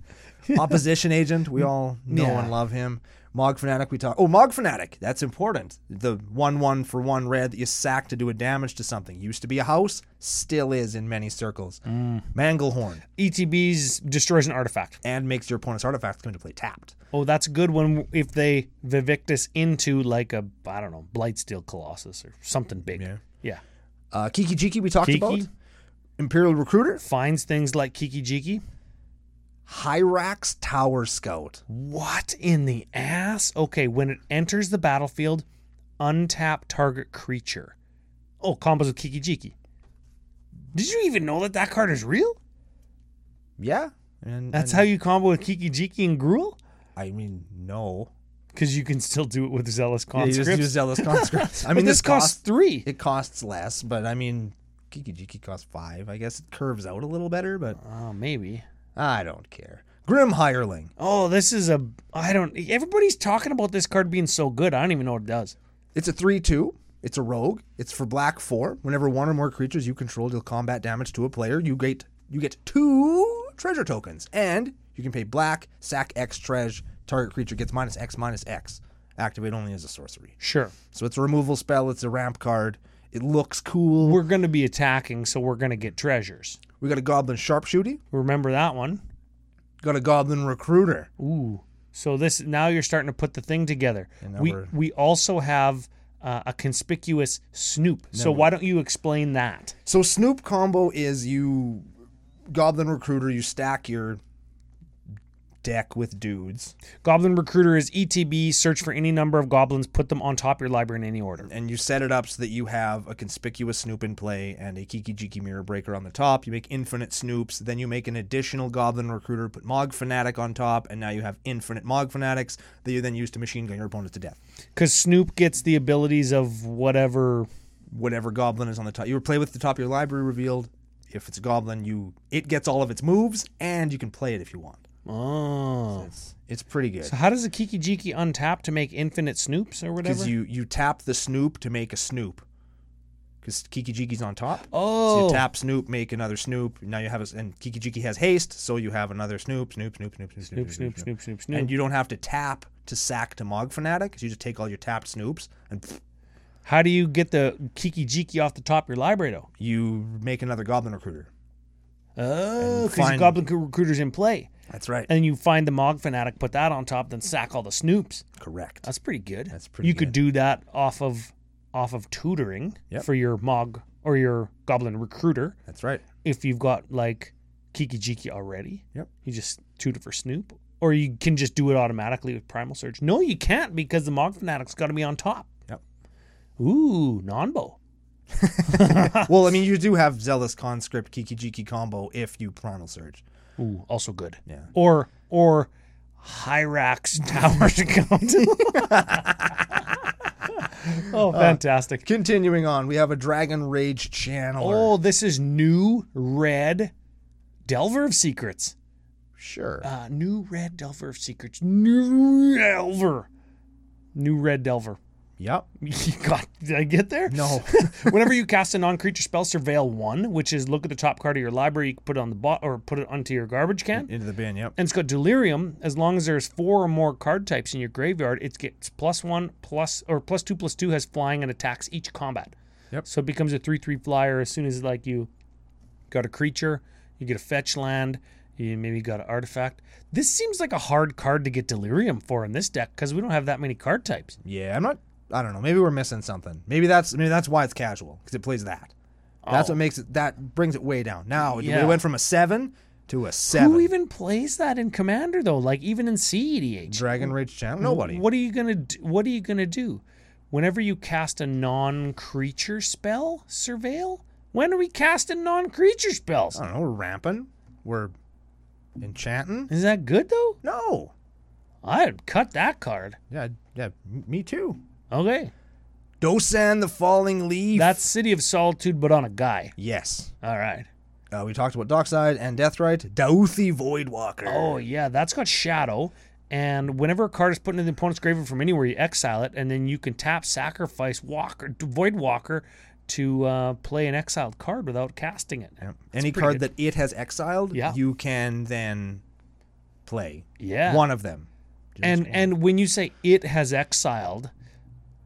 Speaker 1: Opposition agent, we all know
Speaker 2: Yeah.
Speaker 1: and love him. Mog fanatic, we talk. Oh, Mog fanatic, that's important. The one one for one red that you sack to do a damage to something used to be a house, still is in many circles.
Speaker 2: Mm.
Speaker 1: Manglehorn
Speaker 2: E ETBs destroys an artifact.
Speaker 1: and makes your opponent's artifacts come into play tapped.
Speaker 2: Oh, that's a good one if they Vivictus into like a I don't know Blightsteel Colossus or something big. Yeah,
Speaker 1: Uh, Kiki Jiki, we talked
Speaker 2: Kiki?
Speaker 1: about. Imperial recruiter,
Speaker 2: finds things like Kiki Jiki.
Speaker 1: Hyrax Tower Scout.
Speaker 2: What in the ass? Okay, when it enters the battlefield, untap target creature. Oh, combos with Kiki Jiki. Did you even know that that card is real?
Speaker 1: Yeah, and
Speaker 2: That's how you combo with Kiki Jiki and Gruel?
Speaker 1: I mean no.
Speaker 2: Because you can still do it with Zealous
Speaker 1: Yeah, you
Speaker 2: Conscripts.
Speaker 1: just use Zealous conscripts. I
Speaker 2: but
Speaker 1: mean,
Speaker 2: this costs three.
Speaker 1: it costs less, but I mean, Kiki Jiki costs five. I guess it curves out a little better, but
Speaker 2: Oh, maybe.
Speaker 1: I don't care. Grim Hireling.
Speaker 2: Oh, this is a. I don't. Everybody's talking about this card being so good. I don't even know what it does.
Speaker 1: It's a three-two. It's a rogue. It's for black four. Whenever one or more creatures you control deal combat damage to a player, you get you get two treasure tokens, and you can pay black, sack X treasure. Target creature gets minus X minus X. Activate only as a sorcery.
Speaker 2: Sure.
Speaker 1: So it's a removal spell. It's a ramp card. It looks cool.
Speaker 2: We're going to be attacking, so we're going to get treasures.
Speaker 1: We got a goblin sharpshooting.
Speaker 2: Remember that one.
Speaker 1: Got a goblin recruiter.
Speaker 2: Ooh. So this now you're starting to put the thing together.
Speaker 1: now
Speaker 2: We
Speaker 1: we're-
Speaker 2: we also have uh, a conspicuous snoop. So why don't you explain that?
Speaker 1: So Snoop combo is you goblin recruiter. You stack your deck with dudes,
Speaker 2: Goblin Recruiter is ETB. Search for any number of goblins. Put them on top of your library in any order.
Speaker 1: and you set it up so that you have a conspicuous Snoop in play and a Kiki Jiki Mirror Breaker on the top. You make infinite Snoops. Then you make an additional goblin recruiter. Put Mog Fanatic on top, and now you have infinite Mog Fanatics that you then use to machine gun your opponents to death.
Speaker 2: Because Snoop gets the abilities of whatever.
Speaker 1: whatever goblin is on the top. You play with the top of your library revealed. If it's a goblin, you it gets all of its moves, and you can play it if you want.
Speaker 2: Oh.
Speaker 1: It's pretty good
Speaker 2: So how does a Kiki Jiki untap to make infinite Snoops or whatever?
Speaker 1: because you you tap the Snoop to make a Snoop. Because Kiki Jiki's on top. So
Speaker 2: oh.
Speaker 1: you tap Snoop, make another Snoop. Now you have a, and Kiki Jiki has haste, so you have another Snoop, Snoop, Snoop, Snoop, Snoop,
Speaker 2: Snoop, Snoop, Snoop, Snoop, Snoop.
Speaker 1: And you don't have to tap to sack to Mog Fanatic. 'cause You just take all your tapped Snoops and pff,
Speaker 2: How do you get the Kiki Jiki off the top of your library though?
Speaker 1: you make another Goblin Recruiter.
Speaker 2: Oh, because
Speaker 1: find-
Speaker 2: Goblin Recruiter's in play.
Speaker 1: That's right.
Speaker 2: and you find the Mog Fanatic, put that on top, then sack all the Snoops.
Speaker 1: Correct.
Speaker 2: That's pretty good. That's
Speaker 1: pretty
Speaker 2: You could do that off of off of tutoring
Speaker 1: Yep.
Speaker 2: for your Mog or your Goblin Recruiter.
Speaker 1: That's right.
Speaker 2: If you've got like Kiki Jiki already,
Speaker 1: Yep.
Speaker 2: you just tutor for Snoop. Or you can just do it automatically with Primal Surge. No, you can't because the Mog Fanatic's got to be on top.
Speaker 1: Yep.
Speaker 2: Ooh, Nonbo.
Speaker 1: well, I mean, you do have Zealous Conscript Kiki Jiki combo if you Primal Surge.
Speaker 2: Ooh, also good.
Speaker 1: Yeah.
Speaker 2: Or or Hyrax Tower to count. oh,
Speaker 1: Uh,
Speaker 2: fantastic.
Speaker 1: Continuing on, we have a Dragon Rage Channeler.
Speaker 2: oh, this is new red Delver of Secrets.
Speaker 1: sure.
Speaker 2: Uh, new red Delver of Secrets. New Delver. New red Delver.
Speaker 1: yep.
Speaker 2: You got did I get there?
Speaker 1: No.
Speaker 2: Whenever you cast a non-creature spell, surveil one, which is look at the top card of your library, you can put it on the bot or put it onto your garbage can.
Speaker 1: Into the bin, yep.
Speaker 2: And it's got delirium. As long as there's four or more card types in your graveyard, it gets plus one, plus or plus two, plus two has flying and attacks each combat.
Speaker 1: Yep.
Speaker 2: So it becomes a three-three flyer as soon as like you got a creature, you get a fetch land, you maybe got an artifact. This seems like a hard card to get delirium for in this deck because we don't have that many card types.
Speaker 1: Yeah, I'm not. I don't know. Maybe we're missing something. Maybe that's maybe that's why it's casual because it plays that. That's
Speaker 2: Oh.
Speaker 1: what makes it. That brings it way down. Now
Speaker 2: Yeah.
Speaker 1: it went from a seven to a seven.
Speaker 2: Who even plays that in Commander though? Like even in E CEDH.
Speaker 1: Dragon Rage Channel. Nobody.
Speaker 2: What are you gonna do? What are you gonna do? Whenever you cast a non-creature spell, surveil. When are we casting non-creature spells?
Speaker 1: I don't know. We're ramping. We're enchanting.
Speaker 2: Is that good though?
Speaker 1: No.
Speaker 2: I'd cut that card.
Speaker 1: Yeah. Yeah. m- Me too.
Speaker 2: Okay,
Speaker 1: Dosan the Falling Leaf.
Speaker 2: that's City of Solitude, but on a guy.
Speaker 1: yes.
Speaker 2: All right.
Speaker 1: Uh, we talked about Dockside and Deathrite. Dauthi Voidwalker.
Speaker 2: Oh yeah, that's got shadow. And whenever a card is put into the opponent's graveyard from anywhere, you exile it, and then you can tap, sacrifice Walker, Void Walker, to uh, play an exiled card without casting it.
Speaker 1: Yeah. Any
Speaker 2: pretty
Speaker 1: card
Speaker 2: good.
Speaker 1: that it has exiled,
Speaker 2: Yeah.
Speaker 1: you can then play.
Speaker 2: Yeah.
Speaker 1: One of them. Just
Speaker 2: and
Speaker 1: one.
Speaker 2: and when you say it has exiled,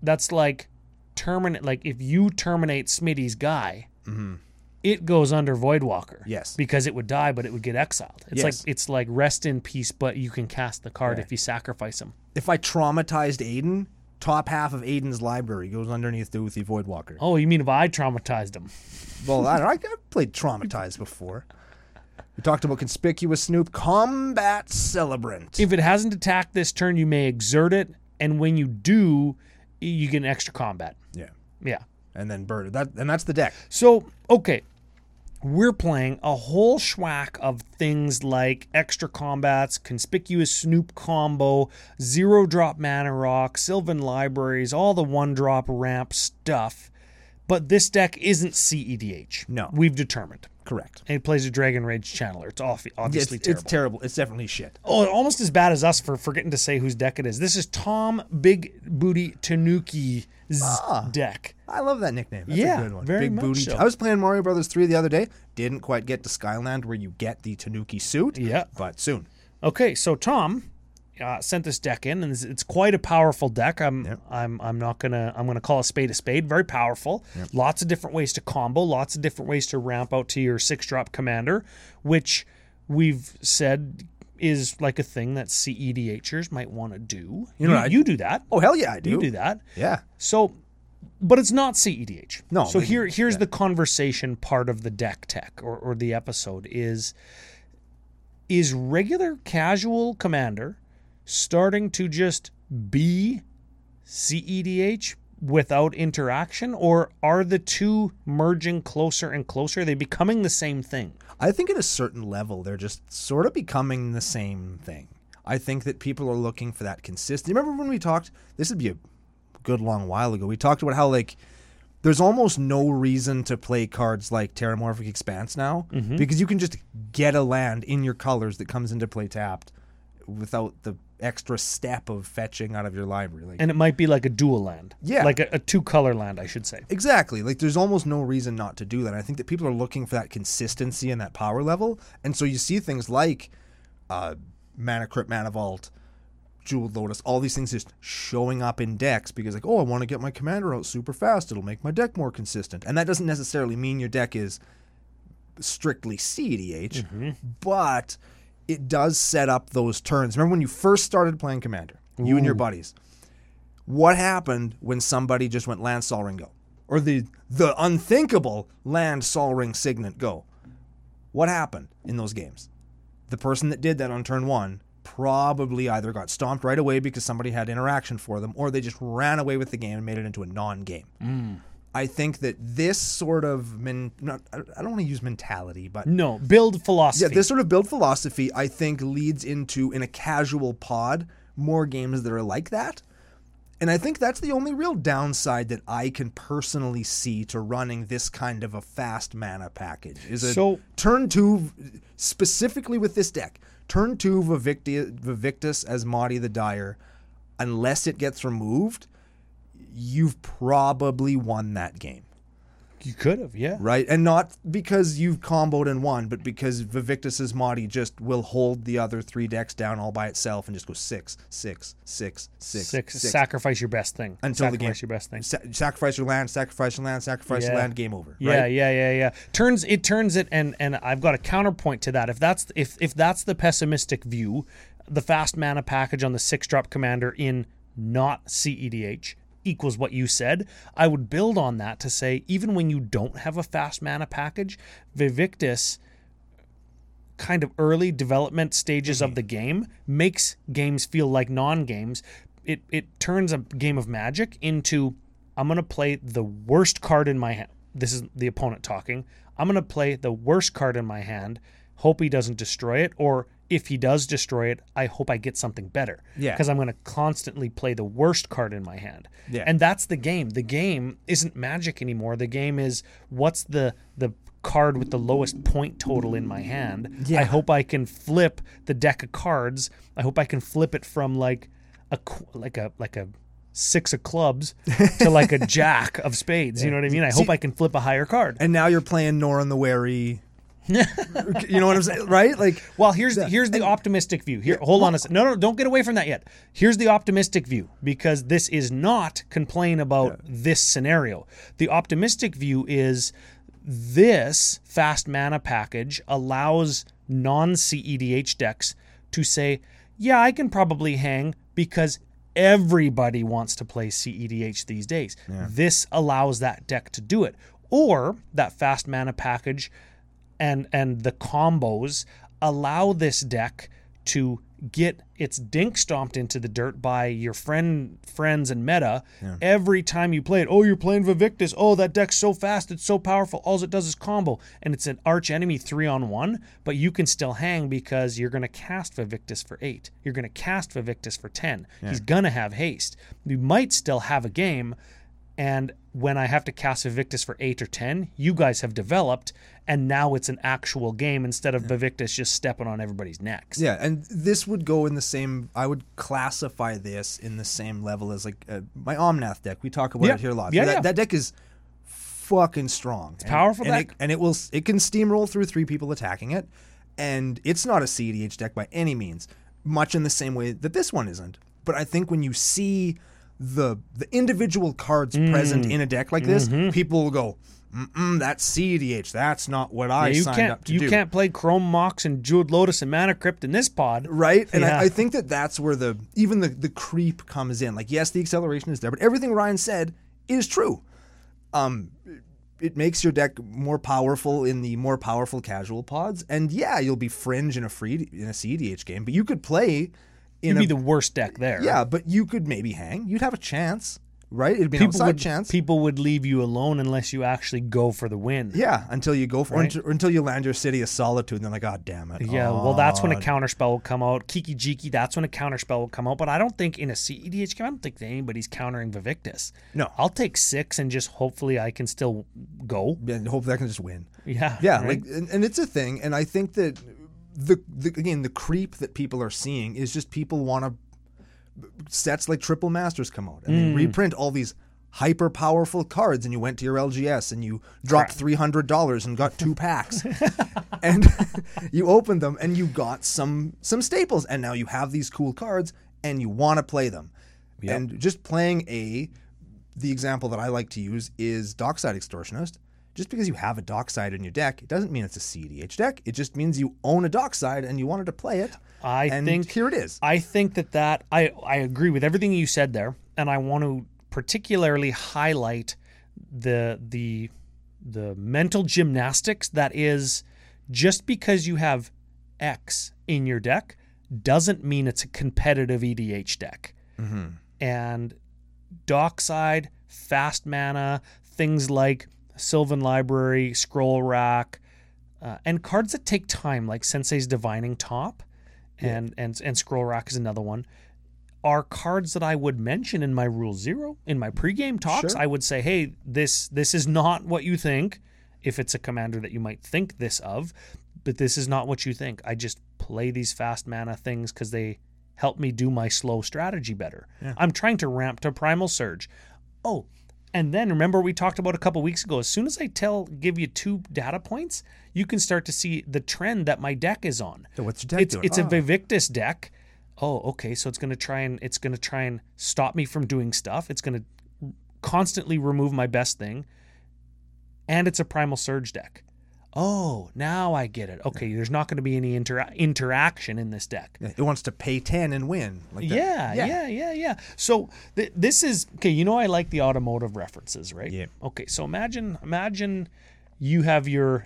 Speaker 2: that's like terminate. Like if you terminate Smitty's guy, it goes under Voidwalker.
Speaker 1: Mm-hmm. Yes.
Speaker 2: because it would die, but it would get exiled. It's
Speaker 1: Yes.
Speaker 2: like it's like rest in peace, but you can cast the card if you sacrifice him.
Speaker 1: if I traumatized Aiden, top half of Aiden's library goes underneath the Uthi Voidwalker.
Speaker 2: Oh, you mean if I traumatized him?
Speaker 1: Well, I don't know. I- I've played traumatized before. We talked about conspicuous Snoop combat celebrant.
Speaker 2: If it hasn't attacked this turn, you may exert it, and when you do, y- you get an extra combat.
Speaker 1: yeah,
Speaker 2: Yeah.
Speaker 1: and then bird. That and that's the deck.
Speaker 2: So, okay. We're playing a whole schwack of things like extra combats, conspicuous snoop combo, zero drop mana rock, Sylvan libraries, all the one drop ramp stuff. But this deck isn't CEDH.
Speaker 1: No.
Speaker 2: We've determined.
Speaker 1: Correct.
Speaker 2: And it plays a Dragon Rage Channeler. It's off-
Speaker 1: It's,
Speaker 2: obviously
Speaker 1: it's
Speaker 2: terrible.
Speaker 1: terrible. It's definitely shit.
Speaker 2: Oh, almost as bad as us for forgetting to say whose deck it is. This is Tom Big Booty Tanuki's
Speaker 1: Ah.
Speaker 2: deck.
Speaker 1: I love that nickname. That's
Speaker 2: Yeah,
Speaker 1: a good one.
Speaker 2: very
Speaker 1: Big
Speaker 2: much
Speaker 1: booty.
Speaker 2: so.
Speaker 1: I was playing Mario Brothers 3 the other day. Didn't quite get to Skyland where you get the Tanuki suit.
Speaker 2: Yeah.
Speaker 1: But soon.
Speaker 2: Okay, so Tom uh, sent this deck in, and it's, it's quite a powerful deck. I'm, I'm, I'm not gonna, I'm gonna call a spade a spade. Very powerful. Lots of different ways to combo. Lots of different ways to ramp out to your six drop commander, which we've said is like a thing that CEDHers might want to do. You
Speaker 1: know,
Speaker 2: you,
Speaker 1: I-
Speaker 2: do that.
Speaker 1: Oh hell yeah, I do.
Speaker 2: You do that.
Speaker 1: Yeah.
Speaker 2: So, but it's not CEDH.
Speaker 1: No,
Speaker 2: So
Speaker 1: they-
Speaker 2: here, here's the conversation part of the deck tech or, or the episode is is regular casual commander starting to just be CEDH without interaction, or are the two merging closer and closer? Are they becoming the same thing?
Speaker 1: I think at a certain level, they're just sort of becoming the same thing. I think that people are looking for that consistency. Remember when we talked? This would be a good long while ago. We talked about how like there's almost no reason to play cards like Terramorphic Expanse now because you can just get a land in your colors that comes into play tapped without the extra step of fetching out of your library. Like
Speaker 2: And it might be like a dual land,
Speaker 1: Yeah.
Speaker 2: like a, a two color land, I should say.
Speaker 1: Exactly. Like there's almost no reason not to do that. I think that people are looking for that consistency and that power level. And so you see things like uh Mana Crypt, Mana Vault, Jeweled Lotus, all these things just showing up in decks because like, oh, I want to get my commander out super fast. It'll make my deck more consistent. And that doesn't necessarily mean your deck is strictly CEDH, but it does set up those turns. Remember when you first started playing Commander, you and your buddies, what happened when somebody just went land Solring go, or the the unthinkable land Solring signet go. What happened in those games? The person that did that on turn one probably either got stomped right away because somebody had interaction for them, or they just ran away with the game and made it into a non-game. I think that this sort of men, not, I I don't want to use mentality, but
Speaker 2: No, build philosophy.
Speaker 1: yeah, this sort of build philosophy, I think, leads into in a casual pod more games that are like that. And I think that's the only real downside that I can personally see to running this kind of a fast mana package. Is a
Speaker 2: So-
Speaker 1: turn two specifically with this deck. Turn two Vivicti- Vivictus as Madi the Dyer, unless it gets removed, you've probably won that game
Speaker 2: you could have, yeah.
Speaker 1: right? And not because you've comboed and won, but because Vivictus's Mahdi just will hold the other three decks down all by itself and just go six, six, six, six,
Speaker 2: Six,
Speaker 1: six.
Speaker 2: Sacrifice your best thing.
Speaker 1: Until the game-
Speaker 2: sacrifice your best thing.
Speaker 1: Sa- sacrifice your land, sacrifice your land, sacrifice your
Speaker 2: Yeah.
Speaker 1: land. Game over.
Speaker 2: Yeah,
Speaker 1: Right?
Speaker 2: yeah, yeah, yeah. Turns it turns it, and and I've got a counterpoint to that. If that's if if that's the pessimistic view, the fast mana package on the six drop commander in not CEDH equals what you said. I would build on that to say even when you don't have a fast mana package, Vivictus kind of early development stages of the game makes games feel like non-games. It it turns a game of magic into I'm going to play the worst card in my hand. This is the opponent talking. I'm going to play the worst card in my hand. Hope he doesn't destroy it or if he does destroy it, I hope I get something better.
Speaker 1: Yeah.
Speaker 2: Because I'm going to constantly play the worst card in my hand.
Speaker 1: Yeah.
Speaker 2: And that's the game. The game isn't magic anymore. The game is what's the the card with the lowest point total in my hand. I hope I can flip the deck of cards. I hope I can flip it from like a qu- like a like a six of clubs to like a jack of spades. You know what I mean? I hope I can flip a higher card.
Speaker 1: And now you're playing Norin the Wary. you know what I'm saying, right? Like,
Speaker 2: Well, here's the, here's the optimistic view. Here, hold on a second. No, no, don't get away from that yet. Here's the optimistic view because this is not complain about this scenario. The optimistic view is this fast mana package allows non CEDH decks to say, yeah, I can probably hang because everybody wants to play CEDH these days. This allows that deck to do it. Or that fast mana package and and the combos allow this deck to get its dink stomped into the dirt by your friend friends and meta every time you play it. Oh, you're playing Vivictus. Oh, that deck's so fast, it's so powerful. All it does is combo, and it's an arch enemy three on one, but you can still hang because you're gonna cast Vivictus for eight. You're gonna cast Vivictus for ten. He's gonna have haste. You might still have a game, and when I have to cast Vivictus for eight or ten, you guys have developed, and now it's an actual game instead of Vivictus just stepping on everybody's necks.
Speaker 1: Yeah, and this would go in the same. I would classify this in the same level as like uh, my Omnath deck. We talk about
Speaker 2: Yeah.
Speaker 1: it here a lot.
Speaker 2: Yeah,
Speaker 1: that,
Speaker 2: yeah.
Speaker 1: that deck is fucking strong. It's
Speaker 2: powerful
Speaker 1: and
Speaker 2: deck.
Speaker 1: it, and it will s- it can steamroll through three people attacking it, and it's not a CDH deck by any means. Much in the same way that this one isn't. But I think when you see the the individual cards
Speaker 2: Mm.
Speaker 1: present in a deck like this,
Speaker 2: Mm-hmm.
Speaker 1: people will go, Mm-mm, "That's CDH. That's not what I
Speaker 2: you
Speaker 1: signed
Speaker 2: can't
Speaker 1: up to
Speaker 2: you
Speaker 1: do."
Speaker 2: can't play Chrome Mox and Jeweled Lotus and Mana Crypt in this pod.
Speaker 1: right? And
Speaker 2: Yeah.
Speaker 1: I, I think that that's where the even the the creep comes in. Like, yes, the acceleration is there, but everything Ryan said is true. Um, it makes your deck more powerful in the more powerful casual pods, and yeah, you'll be fringe in a free in a CEDH game, but you could play in
Speaker 2: You'd
Speaker 1: a
Speaker 2: be the worst deck there.
Speaker 1: yeah, but you could maybe hang. You'd have a chance, right? It'd be an
Speaker 2: People
Speaker 1: outside
Speaker 2: would,
Speaker 1: chance.
Speaker 2: people would leave you alone unless you actually go for the win.
Speaker 1: yeah, until you go for or until, or until you land your city of solitude, and they're like, "Oh, damn it!"
Speaker 2: Yeah,
Speaker 1: Aw."
Speaker 2: well, that's when a counterspell will come out. Kiki Jiki, that's when a counterspell will come out. But I don't think in a CEDH game, I don't think that anybody's countering Vivictus.
Speaker 1: No.
Speaker 2: I'll take six and just hopefully I can still go.
Speaker 1: and hopefully I can just win.
Speaker 2: Yeah.
Speaker 1: Yeah,
Speaker 2: right?
Speaker 1: like and, and it's a thing, and I think that the, the again the creep that people are seeing is just people want to sets like triple masters come out and they reprint all these hyper powerful cards and you went to your LGS and you dropped $300 and got two packs and you opened them and you got some some staples and now you have these cool cards and you want to play them and just playing a the example that I like to use is Dockside Extortionist. Just because you have a Dockside in your deck, it doesn't mean it's a CDH deck. It just means you own a Dockside and you wanted to play it.
Speaker 2: I
Speaker 1: and
Speaker 2: think-
Speaker 1: here it is.
Speaker 2: I think that that I I agree with everything you said there. and I want to particularly highlight the the the mental gymnastics that is just because you have X in your deck doesn't mean it's a competitive EDH deck.
Speaker 1: Mm-hmm.
Speaker 2: And Dockside, Fast Mana, things like Sylvan Library, Scroll Rack, uh, and cards that take time, like Sensei's Divining Top, and and and Scroll Rack is another one. Are cards that I would mention in my Rule Zero in my pregame talks.
Speaker 1: Sure.
Speaker 2: I would say, hey, this this is not what you think. If it's a commander that you might think this of, but this is not what you think. I just play these fast mana things because they help me do my slow strategy better. I'm trying to ramp to Primal Surge. Oh, and then remember we talked about a couple weeks ago. As soon as I tell, give you two data points, you can start to see the trend that my deck is on.
Speaker 1: So what's your deck
Speaker 2: it's
Speaker 1: doing?
Speaker 2: it's
Speaker 1: Ah.
Speaker 2: a Vivictus deck. Oh, okay. So it's gonna try and it's gonna try and stop me from doing stuff. It's gonna constantly remove my best thing, and it's a Primal Surge deck. Oh, now I get it. Okay, there's not going to be any intera- interaction in this deck.
Speaker 1: Yeah, It wants to pay ten and win. Like that.
Speaker 2: Yeah, yeah, yeah, yeah, So th- this is okay. You know, I like the automotive references, right?
Speaker 1: Yeah.
Speaker 2: Okay, so imagine, imagine you have your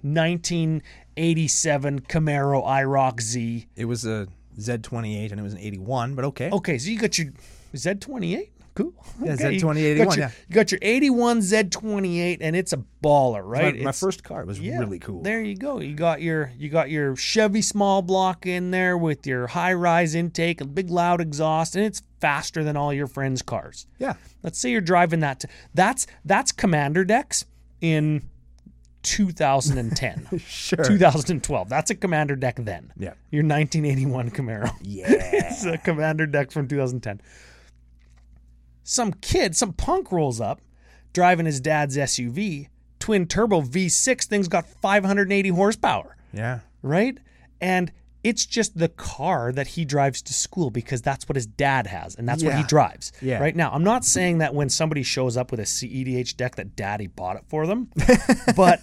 Speaker 2: 1987 Camaro IROC Z.
Speaker 1: It was a Z twenty eight and it was an eighty one, but okay.
Speaker 2: Okay, so you got your Z28. Cool.
Speaker 1: Yeah,
Speaker 2: Okay, you
Speaker 1: Z28,
Speaker 2: got your-
Speaker 1: yeah.
Speaker 2: You got your 81 Z28, and it's a baller,
Speaker 1: my,
Speaker 2: right?
Speaker 1: my
Speaker 2: It's-
Speaker 1: first card was really cool.
Speaker 2: There you go. You got your you got your Chevy small block in there with your high rise intake and big loud exhaust, and it's faster than all your friends' cars.
Speaker 1: Yeah,
Speaker 2: Let's say you're driving that. To, that's that's commander decks in 2010,
Speaker 1: sure.
Speaker 2: 2012. That's a commander deck then.
Speaker 1: Yeah.
Speaker 2: Your 1981 Camaro
Speaker 1: Yeah.
Speaker 2: it's a commander deck from 2010. Some kid, some punk rolls up driving his dad's SUV, twin turbo V6, thing's got 580 horsepower,
Speaker 1: yeah.
Speaker 2: right? And it's just the car that he drives to school because that's what his dad has and that's what he
Speaker 1: Yeah.
Speaker 2: drives.
Speaker 1: Yeah.
Speaker 2: Right now, I'm not saying that when somebody shows up with a CEDH deck that daddy bought it for them, but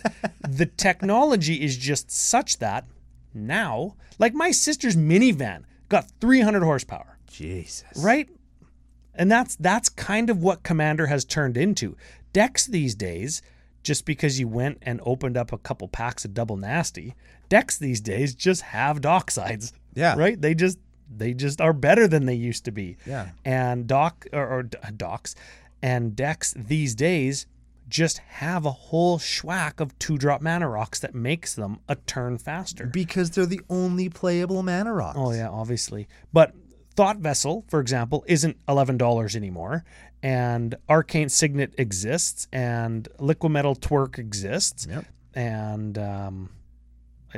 Speaker 2: the technology is just such that now, like my sister's minivan got 300 horsepower
Speaker 1: Jesus.
Speaker 2: right and that's that's kind of what commander has turned into decks these days just because you went and opened up a couple packs of double nasty decks these days just have docksides
Speaker 1: Yeah.
Speaker 2: right they just they just are better than they used to be
Speaker 1: Yeah.
Speaker 2: and doc or, or d- docs and decks these days just have a whole schwack of two drop mana rocks that makes them a turn faster
Speaker 1: Because they're the only playable mana rocks.
Speaker 2: Oh yeah, obviously. But Thought Vessel, for example, isn't eleven dollars anymore, and Arcane Signet exists, and Liquid Metal Twerk exists,
Speaker 1: Yep.
Speaker 2: and um,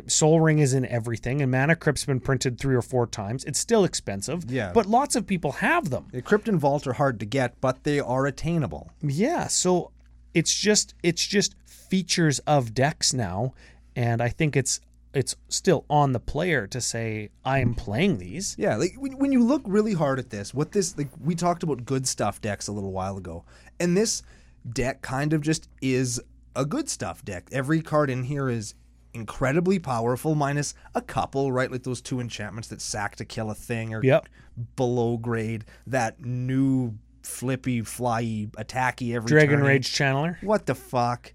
Speaker 2: Soul Ring is in everything, and Mana Crypt's been printed three or four times. It's still expensive,
Speaker 1: Yeah.
Speaker 2: but lots of people have them.
Speaker 1: The Crypt and Vault are hard to get, but they are attainable.
Speaker 2: Yeah, so it's just it's just features of decks now, and I think it's it's still on the player to say I am playing these.
Speaker 1: Yeah, like when, when you look really hard at this, what this like we talked about good stuff decks a little while ago, and this deck kind of just is a good stuff deck. Every card in here is incredibly powerful, minus a couple, right? Like those two enchantments that sack to kill a thing or
Speaker 2: Yep.
Speaker 1: below grade. That new flippy, flyy, attacky every
Speaker 2: Dragon
Speaker 1: turn.
Speaker 2: Rage Channeler.
Speaker 1: What the fuck?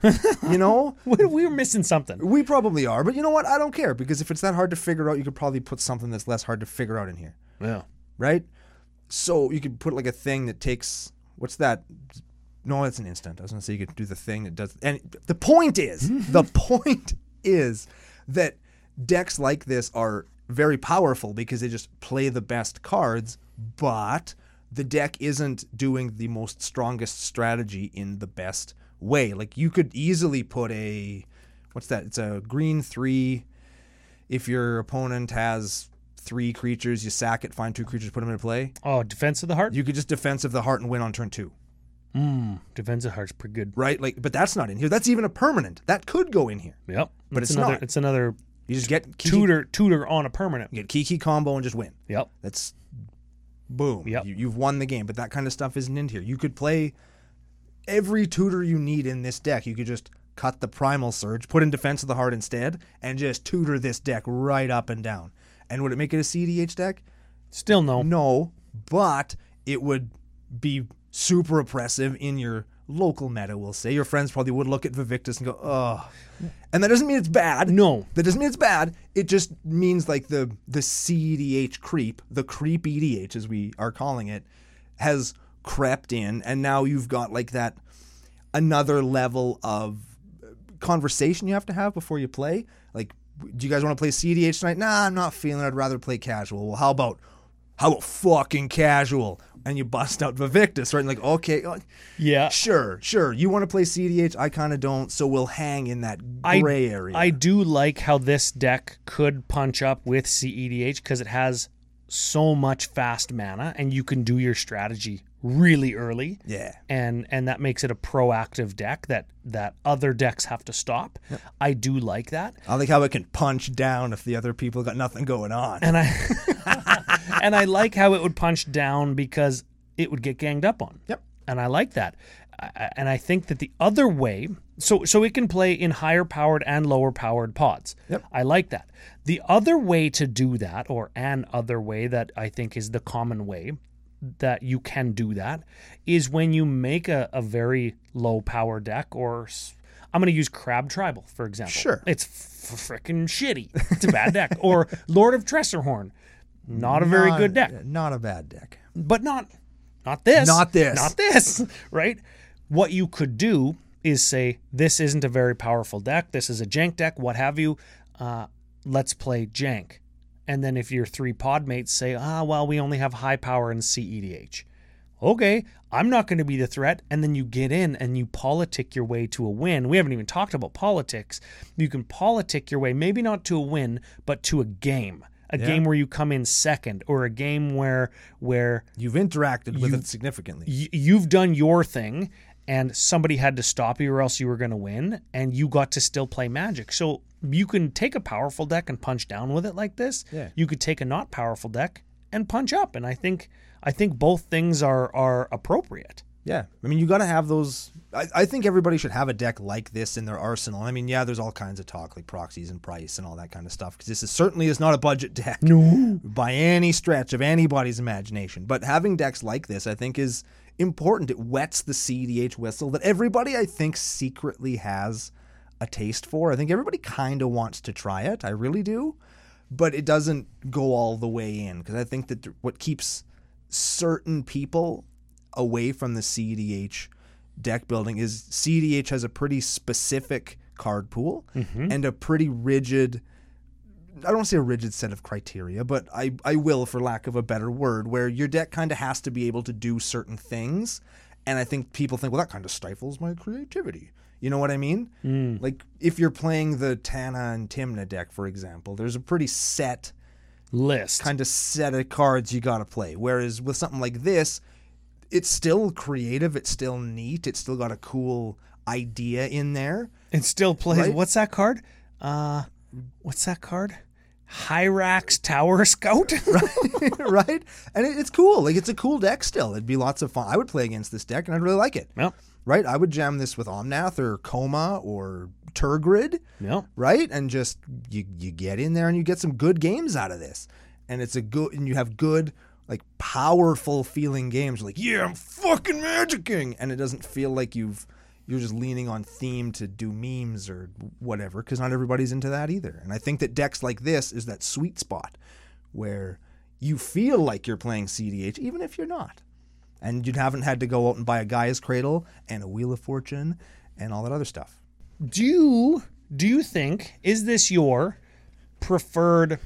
Speaker 1: you know,
Speaker 2: we we were missing something.
Speaker 1: we probably are, but you know what? I don't care because if it's that hard to figure out, you could probably put something that's less hard to figure out in here
Speaker 2: Yeah.
Speaker 1: right? So you could put like a thing that takes what's that? No, that's an instant. I was gonna say you could do the thing that does. And the point is, the point is that decks like this are very powerful because they just play the best cards, but the deck isn't doing the most strongest strategy in the best way. Like you could easily put a what's that? It's a green three if your opponent has three creatures, you sack it, find two creatures, put them into play.
Speaker 2: Oh, Defense of the Heart.
Speaker 1: You could just defense of the heart and win on turn two,
Speaker 2: Defense of the Heart's pretty good.
Speaker 1: right? Like, but that's not in here. That's even a permanent. That could go in here.
Speaker 2: Yep.
Speaker 1: But it's
Speaker 2: another.
Speaker 1: not.
Speaker 2: It's another
Speaker 1: You just get key,
Speaker 2: tutor tutor on a permanent.
Speaker 1: you get key key combo and just win.
Speaker 2: Yep.
Speaker 1: That's boom.
Speaker 2: Yep.
Speaker 1: You, you've won the game. But that kind of stuff isn't in here. You could play every tutor you need in this deck. You could just cut the primal surge, put in defense of the heart instead, and just tutor this deck right up and down. And would it make it a CDH deck?
Speaker 2: Still no.
Speaker 1: No, but it would be super oppressive in your local meta, we'll say. Your friends probably would look at Vivictus and go, oh. And that doesn't mean it's bad.
Speaker 2: No.
Speaker 1: That doesn't mean it's bad. It just means like the the CEDH creep, the creep EDH as we are calling it, has crept in, and now you've got like that another level of conversation you have to have before you play. Like, do you guys want to play CDH tonight? Nah, I'm not feeling. it. I'd rather play casual. Well, how about how about fucking casual? And you bust out Vivictus, right? And like, okay, uh,
Speaker 2: Yeah.
Speaker 1: sure, sure. You want to play CDH? I kind of don't. So we'll hang in that
Speaker 2: I-
Speaker 1: gray area.
Speaker 2: I do like how this deck could punch up with E CEDH because it has so much fast mana and you can do your strategy really early.
Speaker 1: yeah.
Speaker 2: And and that makes it a proactive deck that that other decks have to stop. I do like that.
Speaker 1: I like how it can punch down if the other people got nothing going on.
Speaker 2: And I and I like how it would punch down because it would get ganged up on.
Speaker 1: Yep.
Speaker 2: And I like that. I- I- And I think that the other way, so so it can play in higher powered and lower powered pods.
Speaker 1: Yep.
Speaker 2: I like that. The other way to do that, or an other way that I think is the common way that you can do that, is when you make a, a very low power deck, or s- I'm going to use Crab Tribal for example.
Speaker 1: Sure.
Speaker 2: it's f- freaking shitty. It's a bad deck. Or Lord of Tressorhorn, not a very
Speaker 1: Not-
Speaker 2: good deck
Speaker 1: Not a bad deck.
Speaker 2: but not not this
Speaker 1: Not this.
Speaker 2: not this right what you could do is say this isn't a very powerful deck this is a jank deck what have you uh, let's play jank and then if your three pod mates say ah well we only have high power and cedh okay i'm not going to be the threat and then you get in and you politic your way to a win we haven't even talked about politics you can politic your way maybe not to a win but to a game a game where you come in second or a game where where
Speaker 1: You've interacted with it significantly.
Speaker 2: y- you've done your thing and somebody had to stop you or else you were going to win and you got to still play magic so you can take a powerful deck and punch down with it like this
Speaker 1: Yeah.
Speaker 2: you could take a not powerful deck and punch up and i think i think both things are are appropriate
Speaker 1: Yeah, I mean, you got to have those. I, I think everybody should have a deck like this in their arsenal. I mean, yeah, there's all kinds of talk like proxies and price and all that kind of stuff because this is certainly is not a budget deck. No, by any stretch of anybody's imagination. But having decks like this, I think, is important. It wets the CDH whistle that everybody, I think, secretly has a taste for. I think everybody kind of wants to try it. I really do, but it doesn't go all the way in because I think that th- what keeps certain people away from the CDH deck building is CDH has a pretty specific card pool and a pretty rigid I don't want to say a rigid set of criteria, but I, I will for lack of a better word, where your deck kind of has to be able to do certain things. And I think people think, well, that kind of stifles my creativity. You know what I mean? Like if you're playing the Tana and Timna deck, for example, there's a pretty set
Speaker 2: list
Speaker 1: kind of set of cards you got to play. Whereas with something like this, it's still creative, it's still neat, it's still got a cool idea in there.
Speaker 2: it still plays
Speaker 1: Right?
Speaker 2: what's that card uh what's that card hyrax tower scout
Speaker 1: right? And it, it's cool. Like it's a cool deck still. It'd be lots of fun. I would play against this deck, and I'd really like it.
Speaker 2: yep
Speaker 1: Right? I would jam this with Omnath or Coma or Turgrid.
Speaker 2: yep
Speaker 1: Right? And just you you get in there and you get some good games out of this. And it's a good and you have good like powerful feeling games like yeah I'm fucking magicking and it doesn't feel like you've you're just leaning on theme to do memes or whatever because not everybody's into that either and I think that decks like this is that sweet spot where you feel like you're playing CDH even if you're not and you haven't had to go out and buy a Gaia's Cradle and a Wheel of Fortune and all that other stuff
Speaker 2: do you, do you think is this your preferred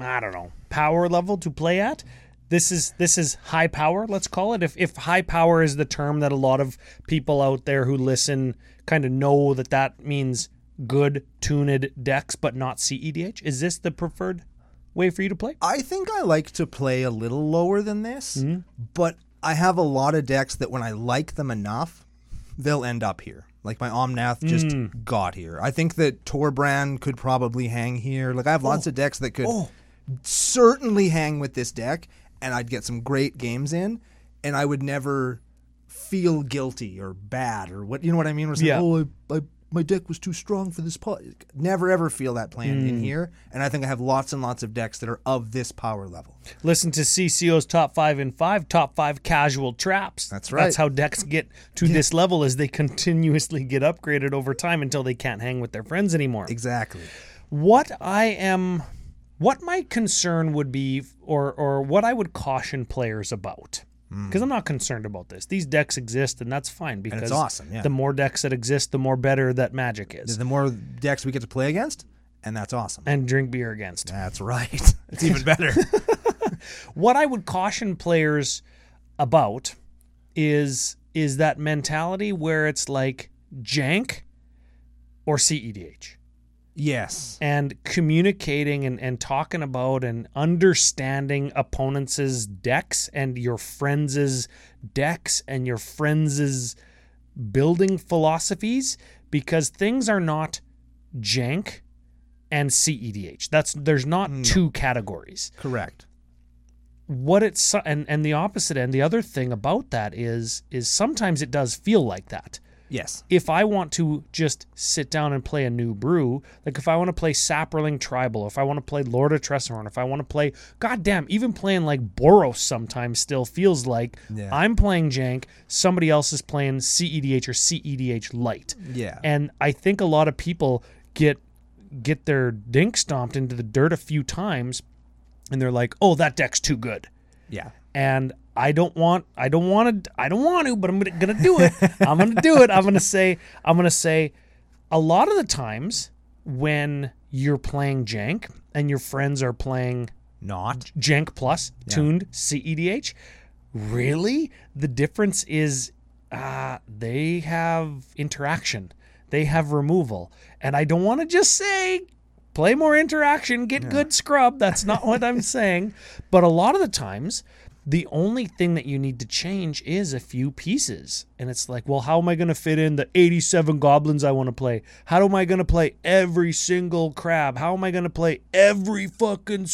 Speaker 2: i don't know power level to play at this is this is high power let's call it if if high power is the term that a lot of people out there who listen kind of know that that means good tuned decks but not cedh is this the preferred way for you to play
Speaker 1: I think I like to play a little lower than this, but I have a lot of decks that when I like them enough, they'll end up here. Like my Omnath just got here. I think that Torbrand could probably hang here. Like I have lots of decks that could certainly hang with this deck, and I'd get some great games in, and I would never feel guilty or bad or what you know what I mean? Or say,
Speaker 2: Yeah.
Speaker 1: oh, I, I my deck was too strong for this pot. Never ever feel that plan in here, and I think I have lots and lots of decks that are of this power level.
Speaker 2: Listen to CCO's top five and five, top five casual traps.
Speaker 1: That's right.
Speaker 2: That's how decks get to this level as they continuously get upgraded over time until they can't hang with their friends anymore.
Speaker 1: Exactly.
Speaker 2: What I am, what my concern would be, or or what I would caution players about,
Speaker 1: Hmm.
Speaker 2: because I'm not concerned about this. These decks exist, and that's fine. Because
Speaker 1: awesome, yeah.
Speaker 2: the more decks that exist, the more better that Magic is.
Speaker 1: The more decks we get to play against, and that's awesome.
Speaker 2: And drink beer against.
Speaker 1: That's right. It's even better.
Speaker 2: what I would caution players about is is that mentality where it's like jank or CEDH
Speaker 1: yes.
Speaker 2: and communicating and, and talking about and understanding opponents' decks and your friends' decks and your friends' building philosophies because things are not jank and CEDH. That's there's not two categories
Speaker 1: Correct.
Speaker 2: what it's and and the opposite end the other thing about that is is sometimes it does feel like that
Speaker 1: Yes.
Speaker 2: if i want to just sit down and play a new brew like if i want to play sapperling tribal if i want to play lord of tressorhorn if i want to play goddamn even playing like boros sometimes still feels like
Speaker 1: Yeah.
Speaker 2: i'm playing jank somebody else is playing cedh or E cedh light
Speaker 1: Yeah.
Speaker 2: and I think a lot of people get get their dink stomped into the dirt a few times and they're like, "Oh, that deck's too good."
Speaker 1: yeah.
Speaker 2: And I don't want I don't want to I don't want to, but I'm gonna, gonna do it. I'm going to do it. I'm going to say I'm going to say a lot of the times when you're playing jank and your friends are playing
Speaker 1: Not.
Speaker 2: Jank Plus tuned CEDH. Really? The difference is uh, they have interaction, they have removal. And I don't want to just say, play more interaction, get good scrub. That's not what I'm saying. But a lot of the times, the only thing that you need to change is a few pieces. And it's like, well, how am I going to fit in the 87 goblins I want to play? How am I going to play every single crab? How am I going to play every fucking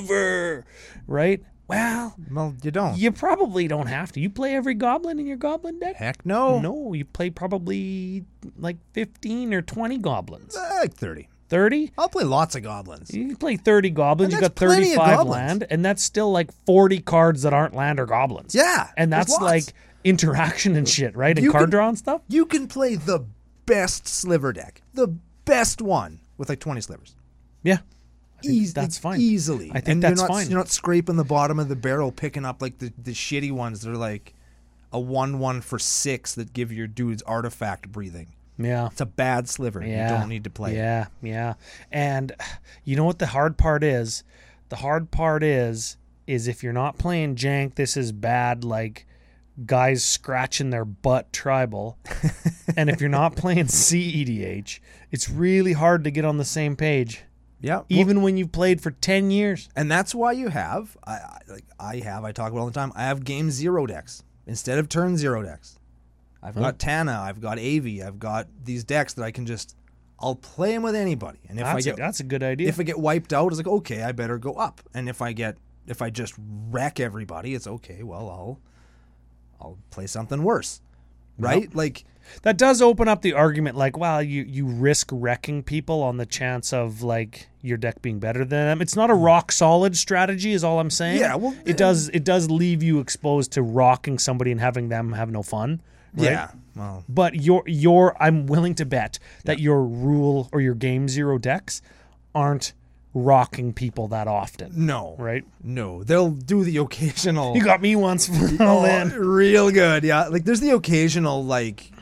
Speaker 2: sliver? Right? Well,
Speaker 1: Well, you don't.
Speaker 2: you probably don't have to. You play every goblin in your goblin deck?
Speaker 1: Heck no.
Speaker 2: No, you play probably like 15 or 20 goblins.
Speaker 1: I like 30.
Speaker 2: 30?
Speaker 1: I'll play lots of goblins.
Speaker 2: You can play 30 goblins, you
Speaker 1: And that's
Speaker 2: got
Speaker 1: plenty of
Speaker 2: 35
Speaker 1: goblins.
Speaker 2: land, and that's still like 40 cards that aren't land or goblins.
Speaker 1: Yeah.
Speaker 2: And
Speaker 1: there's
Speaker 2: that's
Speaker 1: lots.
Speaker 2: like interaction and shit, right? And
Speaker 1: You
Speaker 2: card
Speaker 1: can-
Speaker 2: draw and stuff?
Speaker 1: You can play the best sliver deck, the best one with like 20 slivers.
Speaker 2: Yeah.
Speaker 1: Eas-
Speaker 2: that's fine.
Speaker 1: Easily.
Speaker 2: I think
Speaker 1: and
Speaker 2: that's
Speaker 1: you're not,
Speaker 2: fine.
Speaker 1: You're not scraping the bottom of the barrel picking up like the, the shitty ones that are like a 1 1 for 6 that give your dudes artifact breathing.
Speaker 2: Yeah.
Speaker 1: It's a bad sliver.
Speaker 2: Yeah.
Speaker 1: You don't need to play it.
Speaker 2: Yeah, yeah. And you know what the hard part is? The hard part is is if you're not playing jank, this is bad like guys scratching their butt tribal. and if you're not playing CEDH, it's really hard to get on the same page
Speaker 1: Yeah. Well,
Speaker 2: even when you've played for 10 years.
Speaker 1: And that's why you have, I, I like I have, I talk about it all the time. I have game zero decks instead of turn zero decks. I've
Speaker 2: Hmm.
Speaker 1: got Tana, I've got Avi, I've got these decks that I can just, I'll play them with anybody. And if I
Speaker 2: That's,
Speaker 1: get
Speaker 2: a, that's a good idea.
Speaker 1: if I get wiped out, it's like okay, I better go up. And if I get if I just wreck everybody, it's okay. Well, I'll I'll play something worse, right? Like
Speaker 2: that does open up the argument like wow you you risk wrecking people on the chance of like your deck being better than them it's not a rock solid strategy is all i'm saying
Speaker 1: Hmm. Yeah, well, uh,
Speaker 2: it does it does leave you exposed to rocking somebody and having them have no fun right?
Speaker 1: yeah, well,
Speaker 2: but your your i'm willing to bet that your rule or your game zero decks aren't rocking people that often
Speaker 1: no,
Speaker 2: right
Speaker 1: No, they'll do the occasional.
Speaker 2: you got me once all
Speaker 1: Oh,
Speaker 2: in
Speaker 1: real good. Yeah, like there's the occasional like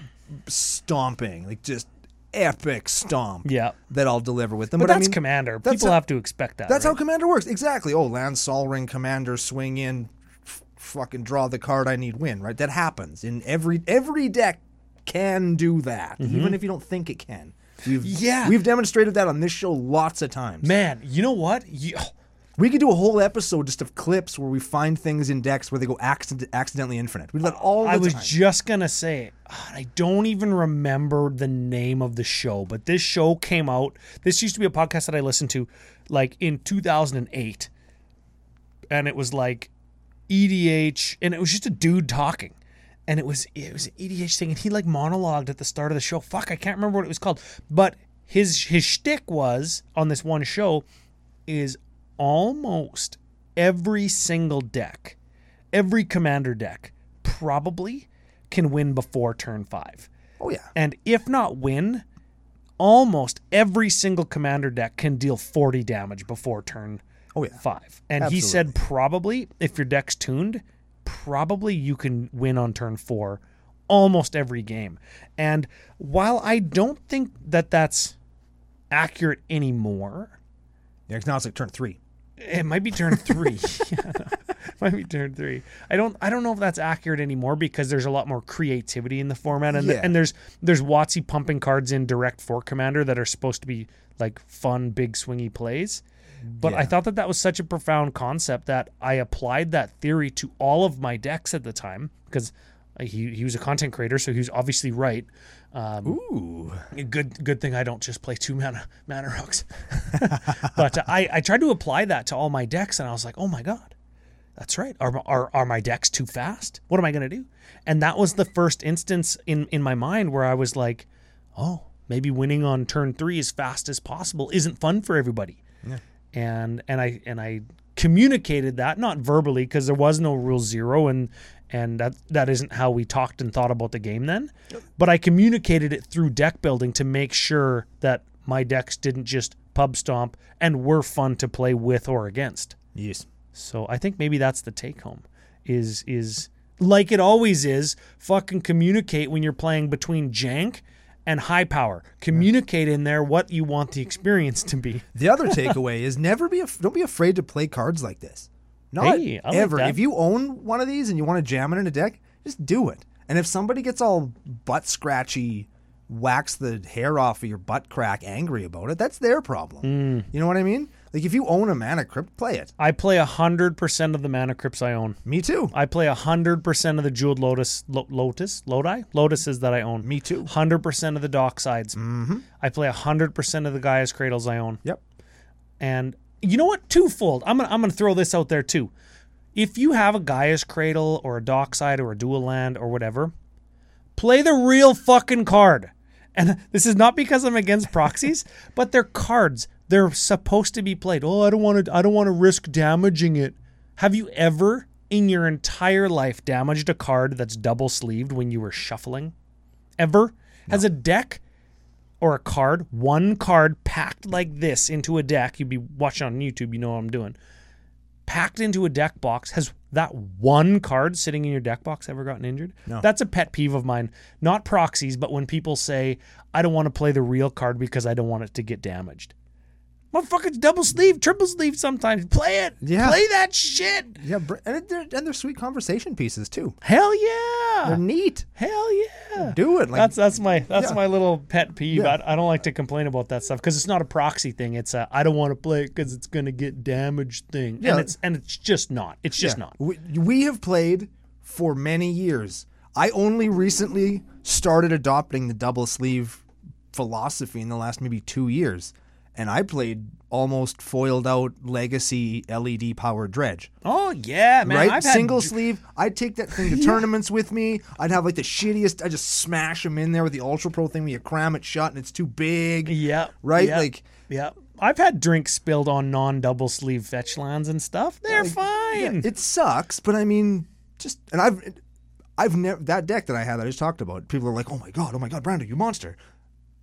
Speaker 1: stomping, like just epic stomp.
Speaker 2: Yeah.
Speaker 1: that I'll deliver with them. But,
Speaker 2: but that's
Speaker 1: I mean,
Speaker 2: commander
Speaker 1: that's
Speaker 2: people
Speaker 1: a-
Speaker 2: have to expect that
Speaker 1: That's
Speaker 2: right?
Speaker 1: how commander works. Exactly. Oh, land Sol Ring commander swing in, f- fucking draw the card I need, win. Right. That happens in every every deck can do that, even if you don't think it can. We've,
Speaker 2: Mm-hmm. Yeah.
Speaker 1: we've demonstrated that on this show lots of times.
Speaker 2: man you know what you,
Speaker 1: We could do a whole episode just of clips where we find things in decks where they go accident- accidentally infinite. We do that all the
Speaker 2: I was
Speaker 1: time.
Speaker 2: just gonna say, God, I don't even remember the name of the show, but this show came out. This used to be a podcast that I listened to, like in 2008, E and it was like EDH, and it was just a dude talking, and it was it was an EDH thing, and he like monologued at the start of the show. Fuck, I can't remember what it was called, but his his shtick was on this one show is almost every single deck, every commander deck probably can win before turn five,
Speaker 1: Oh yeah.
Speaker 2: and if not win, almost every single commander deck can deal forty damage before turn
Speaker 1: Oh yeah.
Speaker 2: five. And he said probably if your deck's tuned, probably you can win on turn four almost every game. And while I don't think that that's accurate anymore,
Speaker 1: Yeah, 'cause now it's like turn three.
Speaker 2: it might be turn three. Yeah, might be turn three. I don't. I don't know if that's accurate anymore because there's a lot more creativity in the format, and
Speaker 1: Yeah.
Speaker 2: and there's there's Watsy pumping cards in direct for commander that are supposed to be like fun, big swingy plays. But I
Speaker 1: Yeah.
Speaker 2: thought that that was such a profound concept that I applied that theory to all of my decks at the time because he he was a content creator, so he was obviously right. Um,
Speaker 1: Ooh.
Speaker 2: Good, good thing I don't just play two mana mana rocks. but uh, I, I tried to apply that to all my decks, and I was like, oh my god, that's right. Are are, are my decks too fast? What am I gonna do? And that was the first instance in in my mind where I was like, oh, maybe winning on turn three as fast as possible isn't fun for everybody. And and I and I communicated that not verbally because there was no rule zero and and that that isn't how we talked and thought about the game then but I communicated it through deck building to make sure that my decks didn't just pub stomp and were fun to play with or against.
Speaker 1: Yes.
Speaker 2: So I think maybe that's the take home is is like it always is, fucking communicate when you're playing between jank and high power. Communicate in there what you want the experience to be.
Speaker 1: The other takeaway is never be af- don't be afraid to play cards like this. Not
Speaker 2: Hey, I like
Speaker 1: ever.
Speaker 2: that.
Speaker 1: If you own one of these and you want to jam it in a deck, just do it. And if somebody gets all butt scratchy, wax the hair off of your butt crack, angry about it, that's their problem.
Speaker 2: Hmm.
Speaker 1: You know what I mean? Like if you own a mana crypt, play it.
Speaker 2: I play 100% of the mana crypts I own.
Speaker 1: Me too.
Speaker 2: I play 100% of the jeweled lotus, lo- lotus, lodi, lotuses that I own.
Speaker 1: Me too.
Speaker 2: 100% of the docksides. Mm-hmm. I play 100% of the Gaia's cradles I own.
Speaker 1: Yep.
Speaker 2: And you know what? Twofold. I'm gonna I'm gonna throw this out there too. If you have a Gaia's cradle or a dockside or a dual land or whatever, play the real fucking card. And this is not because I'm against proxies, but they're cards. They're supposed to be played. Oh, I don't want to I don't want to risk damaging it. Have you ever in your entire life damaged a card that's double sleeved when you were shuffling? Ever? Has a deck or a card, one card packed like this into a deck, you'd be watching on YouTube, you know what I'm doing. Packed into a deck box, has that one card sitting in your deck box ever gotten injured? No. That's a pet peeve of mine. Not proxies, but when people say, I don't want to play the real card because I don't want it to get damaged. Motherfuckers double sleeve, triple sleeve sometimes. Play it.
Speaker 1: Yeah.
Speaker 2: Play that shit.
Speaker 1: Yeah, br- and they're, and they're sweet conversation pieces too.
Speaker 2: Hell
Speaker 1: They're
Speaker 2: yeah.
Speaker 1: neat.
Speaker 2: Hell yeah.
Speaker 1: Do it. Like
Speaker 2: That's that's my that's
Speaker 1: Yeah.
Speaker 2: my little pet peeve.
Speaker 1: Yeah.
Speaker 2: I, I don't like to complain about that stuff because it's not a proxy thing. It's a I don't want to play it because it's gonna get damaged thing.
Speaker 1: Yeah.
Speaker 2: And it's and it's just not. It's just
Speaker 1: Yeah.
Speaker 2: not.
Speaker 1: We, we have played for many years. I only recently started adopting the double sleeve philosophy in the last maybe two years, and I played almost foiled out legacy LED power dredge.
Speaker 2: Oh yeah, man.
Speaker 1: right,
Speaker 2: I've had
Speaker 1: single sleeve. I'd take that thing to tournaments with me. I'd have like the shittiest. I just smash them in there with the ultra pro thing where you cram it shut and it's too big.
Speaker 2: Yeah.
Speaker 1: Right,
Speaker 2: yeah,
Speaker 1: like-
Speaker 2: yeah. I've had drinks spilled on non double sleeve fetch lands and stuff. They're
Speaker 1: Yeah,
Speaker 2: fine.
Speaker 1: it sucks, but I mean, just and I've I've never that deck that I had that I just talked about. People are like, "Oh my god, oh my god, Brando, you monster!"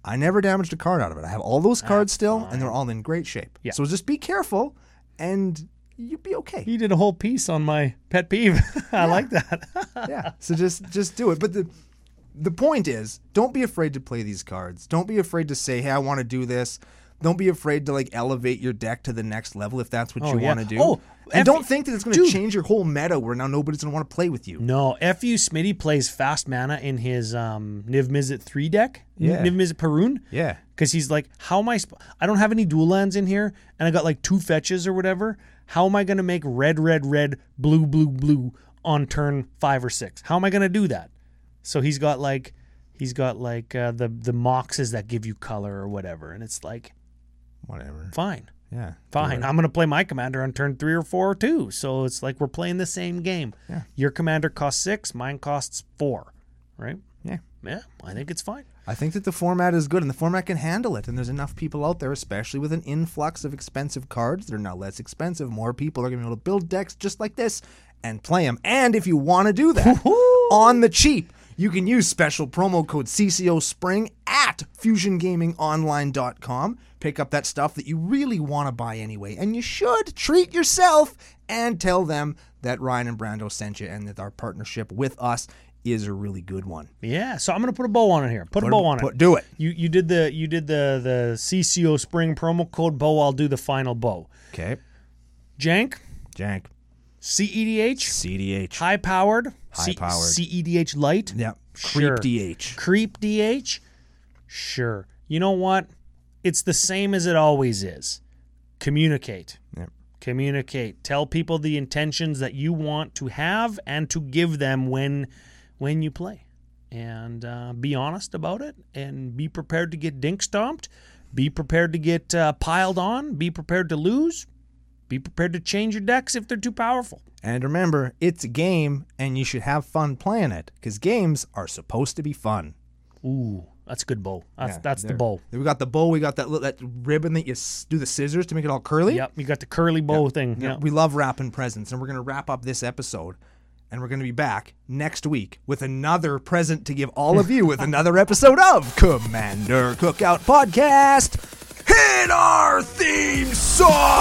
Speaker 1: I never damaged a card out of it. I have all those cards still, and they're all in great shape.
Speaker 2: Yeah.
Speaker 1: So just be careful, and you'd be okay.
Speaker 2: you did a whole piece on my pet peeve. I like that.
Speaker 1: yeah. So just just do it. But the the point is, don't be afraid to play these cards. Don't be afraid to say, "Hey, I want to do this." Don't be afraid to like elevate your deck to the next level if that's what you
Speaker 2: yeah.
Speaker 1: want to do.
Speaker 2: Oh,
Speaker 1: and
Speaker 2: F-
Speaker 1: don't think that it's going to
Speaker 2: Dude. Mm.
Speaker 1: change your whole meta where now nobody's going to want to play with you.
Speaker 2: No, Fu Smitty plays fast mana in his um, Niv Mizzet three deck.
Speaker 1: Yeah.
Speaker 2: Niv Mizzet Perun.
Speaker 1: Yeah.
Speaker 2: Because he's like, how am I? Sp- I don't have any dual lands in here, and I got like two fetches or whatever. How am I going to make red, red, red, blue, blue, blue on turn five or six? How am I going to do that? So he's got like, he's got like uh, the the moxes that give you color or whatever, and it's like,
Speaker 1: Whatever.
Speaker 2: fine.
Speaker 1: Yeah.
Speaker 2: Fine, I'm going to play my commander on turn three or four too. So it's like we're playing the same game.
Speaker 1: Yeah.
Speaker 2: Your commander costs six, mine costs four, right?
Speaker 1: Yeah.
Speaker 2: Yeah, I think it's fine.
Speaker 1: I think that the format is good and the format can handle it. And there's enough people out there, especially with an influx of expensive cards. They're now less expensive. More people are going to be able to build decks just like this and play them. And if you want to do that on the cheap, you can use special promo code CCO Spring at fusiongamingonline.com. Pick up that stuff that you really want to buy anyway. And you should treat yourself and tell them that Ryan and Brando sent you and that our partnership with us is a really good one.
Speaker 2: Yeah, so I'm gonna put a bow on it here. Put, a bow on
Speaker 1: Put-
Speaker 2: it.
Speaker 1: do it.
Speaker 2: You you did the you did the the CCO spring promo code bow. I'll do the final bow.
Speaker 1: Okay.
Speaker 2: Jank,
Speaker 1: Jank.
Speaker 2: CEDH,
Speaker 1: CDH.
Speaker 2: high powered,
Speaker 1: High-powered.
Speaker 2: CEDH light,
Speaker 1: Yeah.
Speaker 2: Sure.
Speaker 1: Creep DH.
Speaker 2: creep DH. Sure. You know what? It's the same as it always is. Communicate.
Speaker 1: Yep.
Speaker 2: Communicate. Tell people the intentions that you want to have and to give them when when you play. And uh, be honest about it and be prepared to get dink stomped. Be prepared to get uh, piled on. Be prepared to lose. Be prepared to change your decks if they're too powerful.
Speaker 1: And remember, it's a game and you should have fun playing it because games are supposed to be fun.
Speaker 2: Ooh, that's a good bowl. That's,
Speaker 1: Yeah,
Speaker 2: that's the
Speaker 1: there.
Speaker 2: bowl.
Speaker 1: We got the bow, we got that li- that ribbon that you s- do the scissors to make it all curly.
Speaker 2: Yep, you got the curly bowl thing.
Speaker 1: You know,
Speaker 2: Yep.
Speaker 1: We love wrapping presents and we're going to wrap up this episode and we're going to be back next week with another present to give all of you with another episode of Commander Cookout Podcast. Hit our theme song!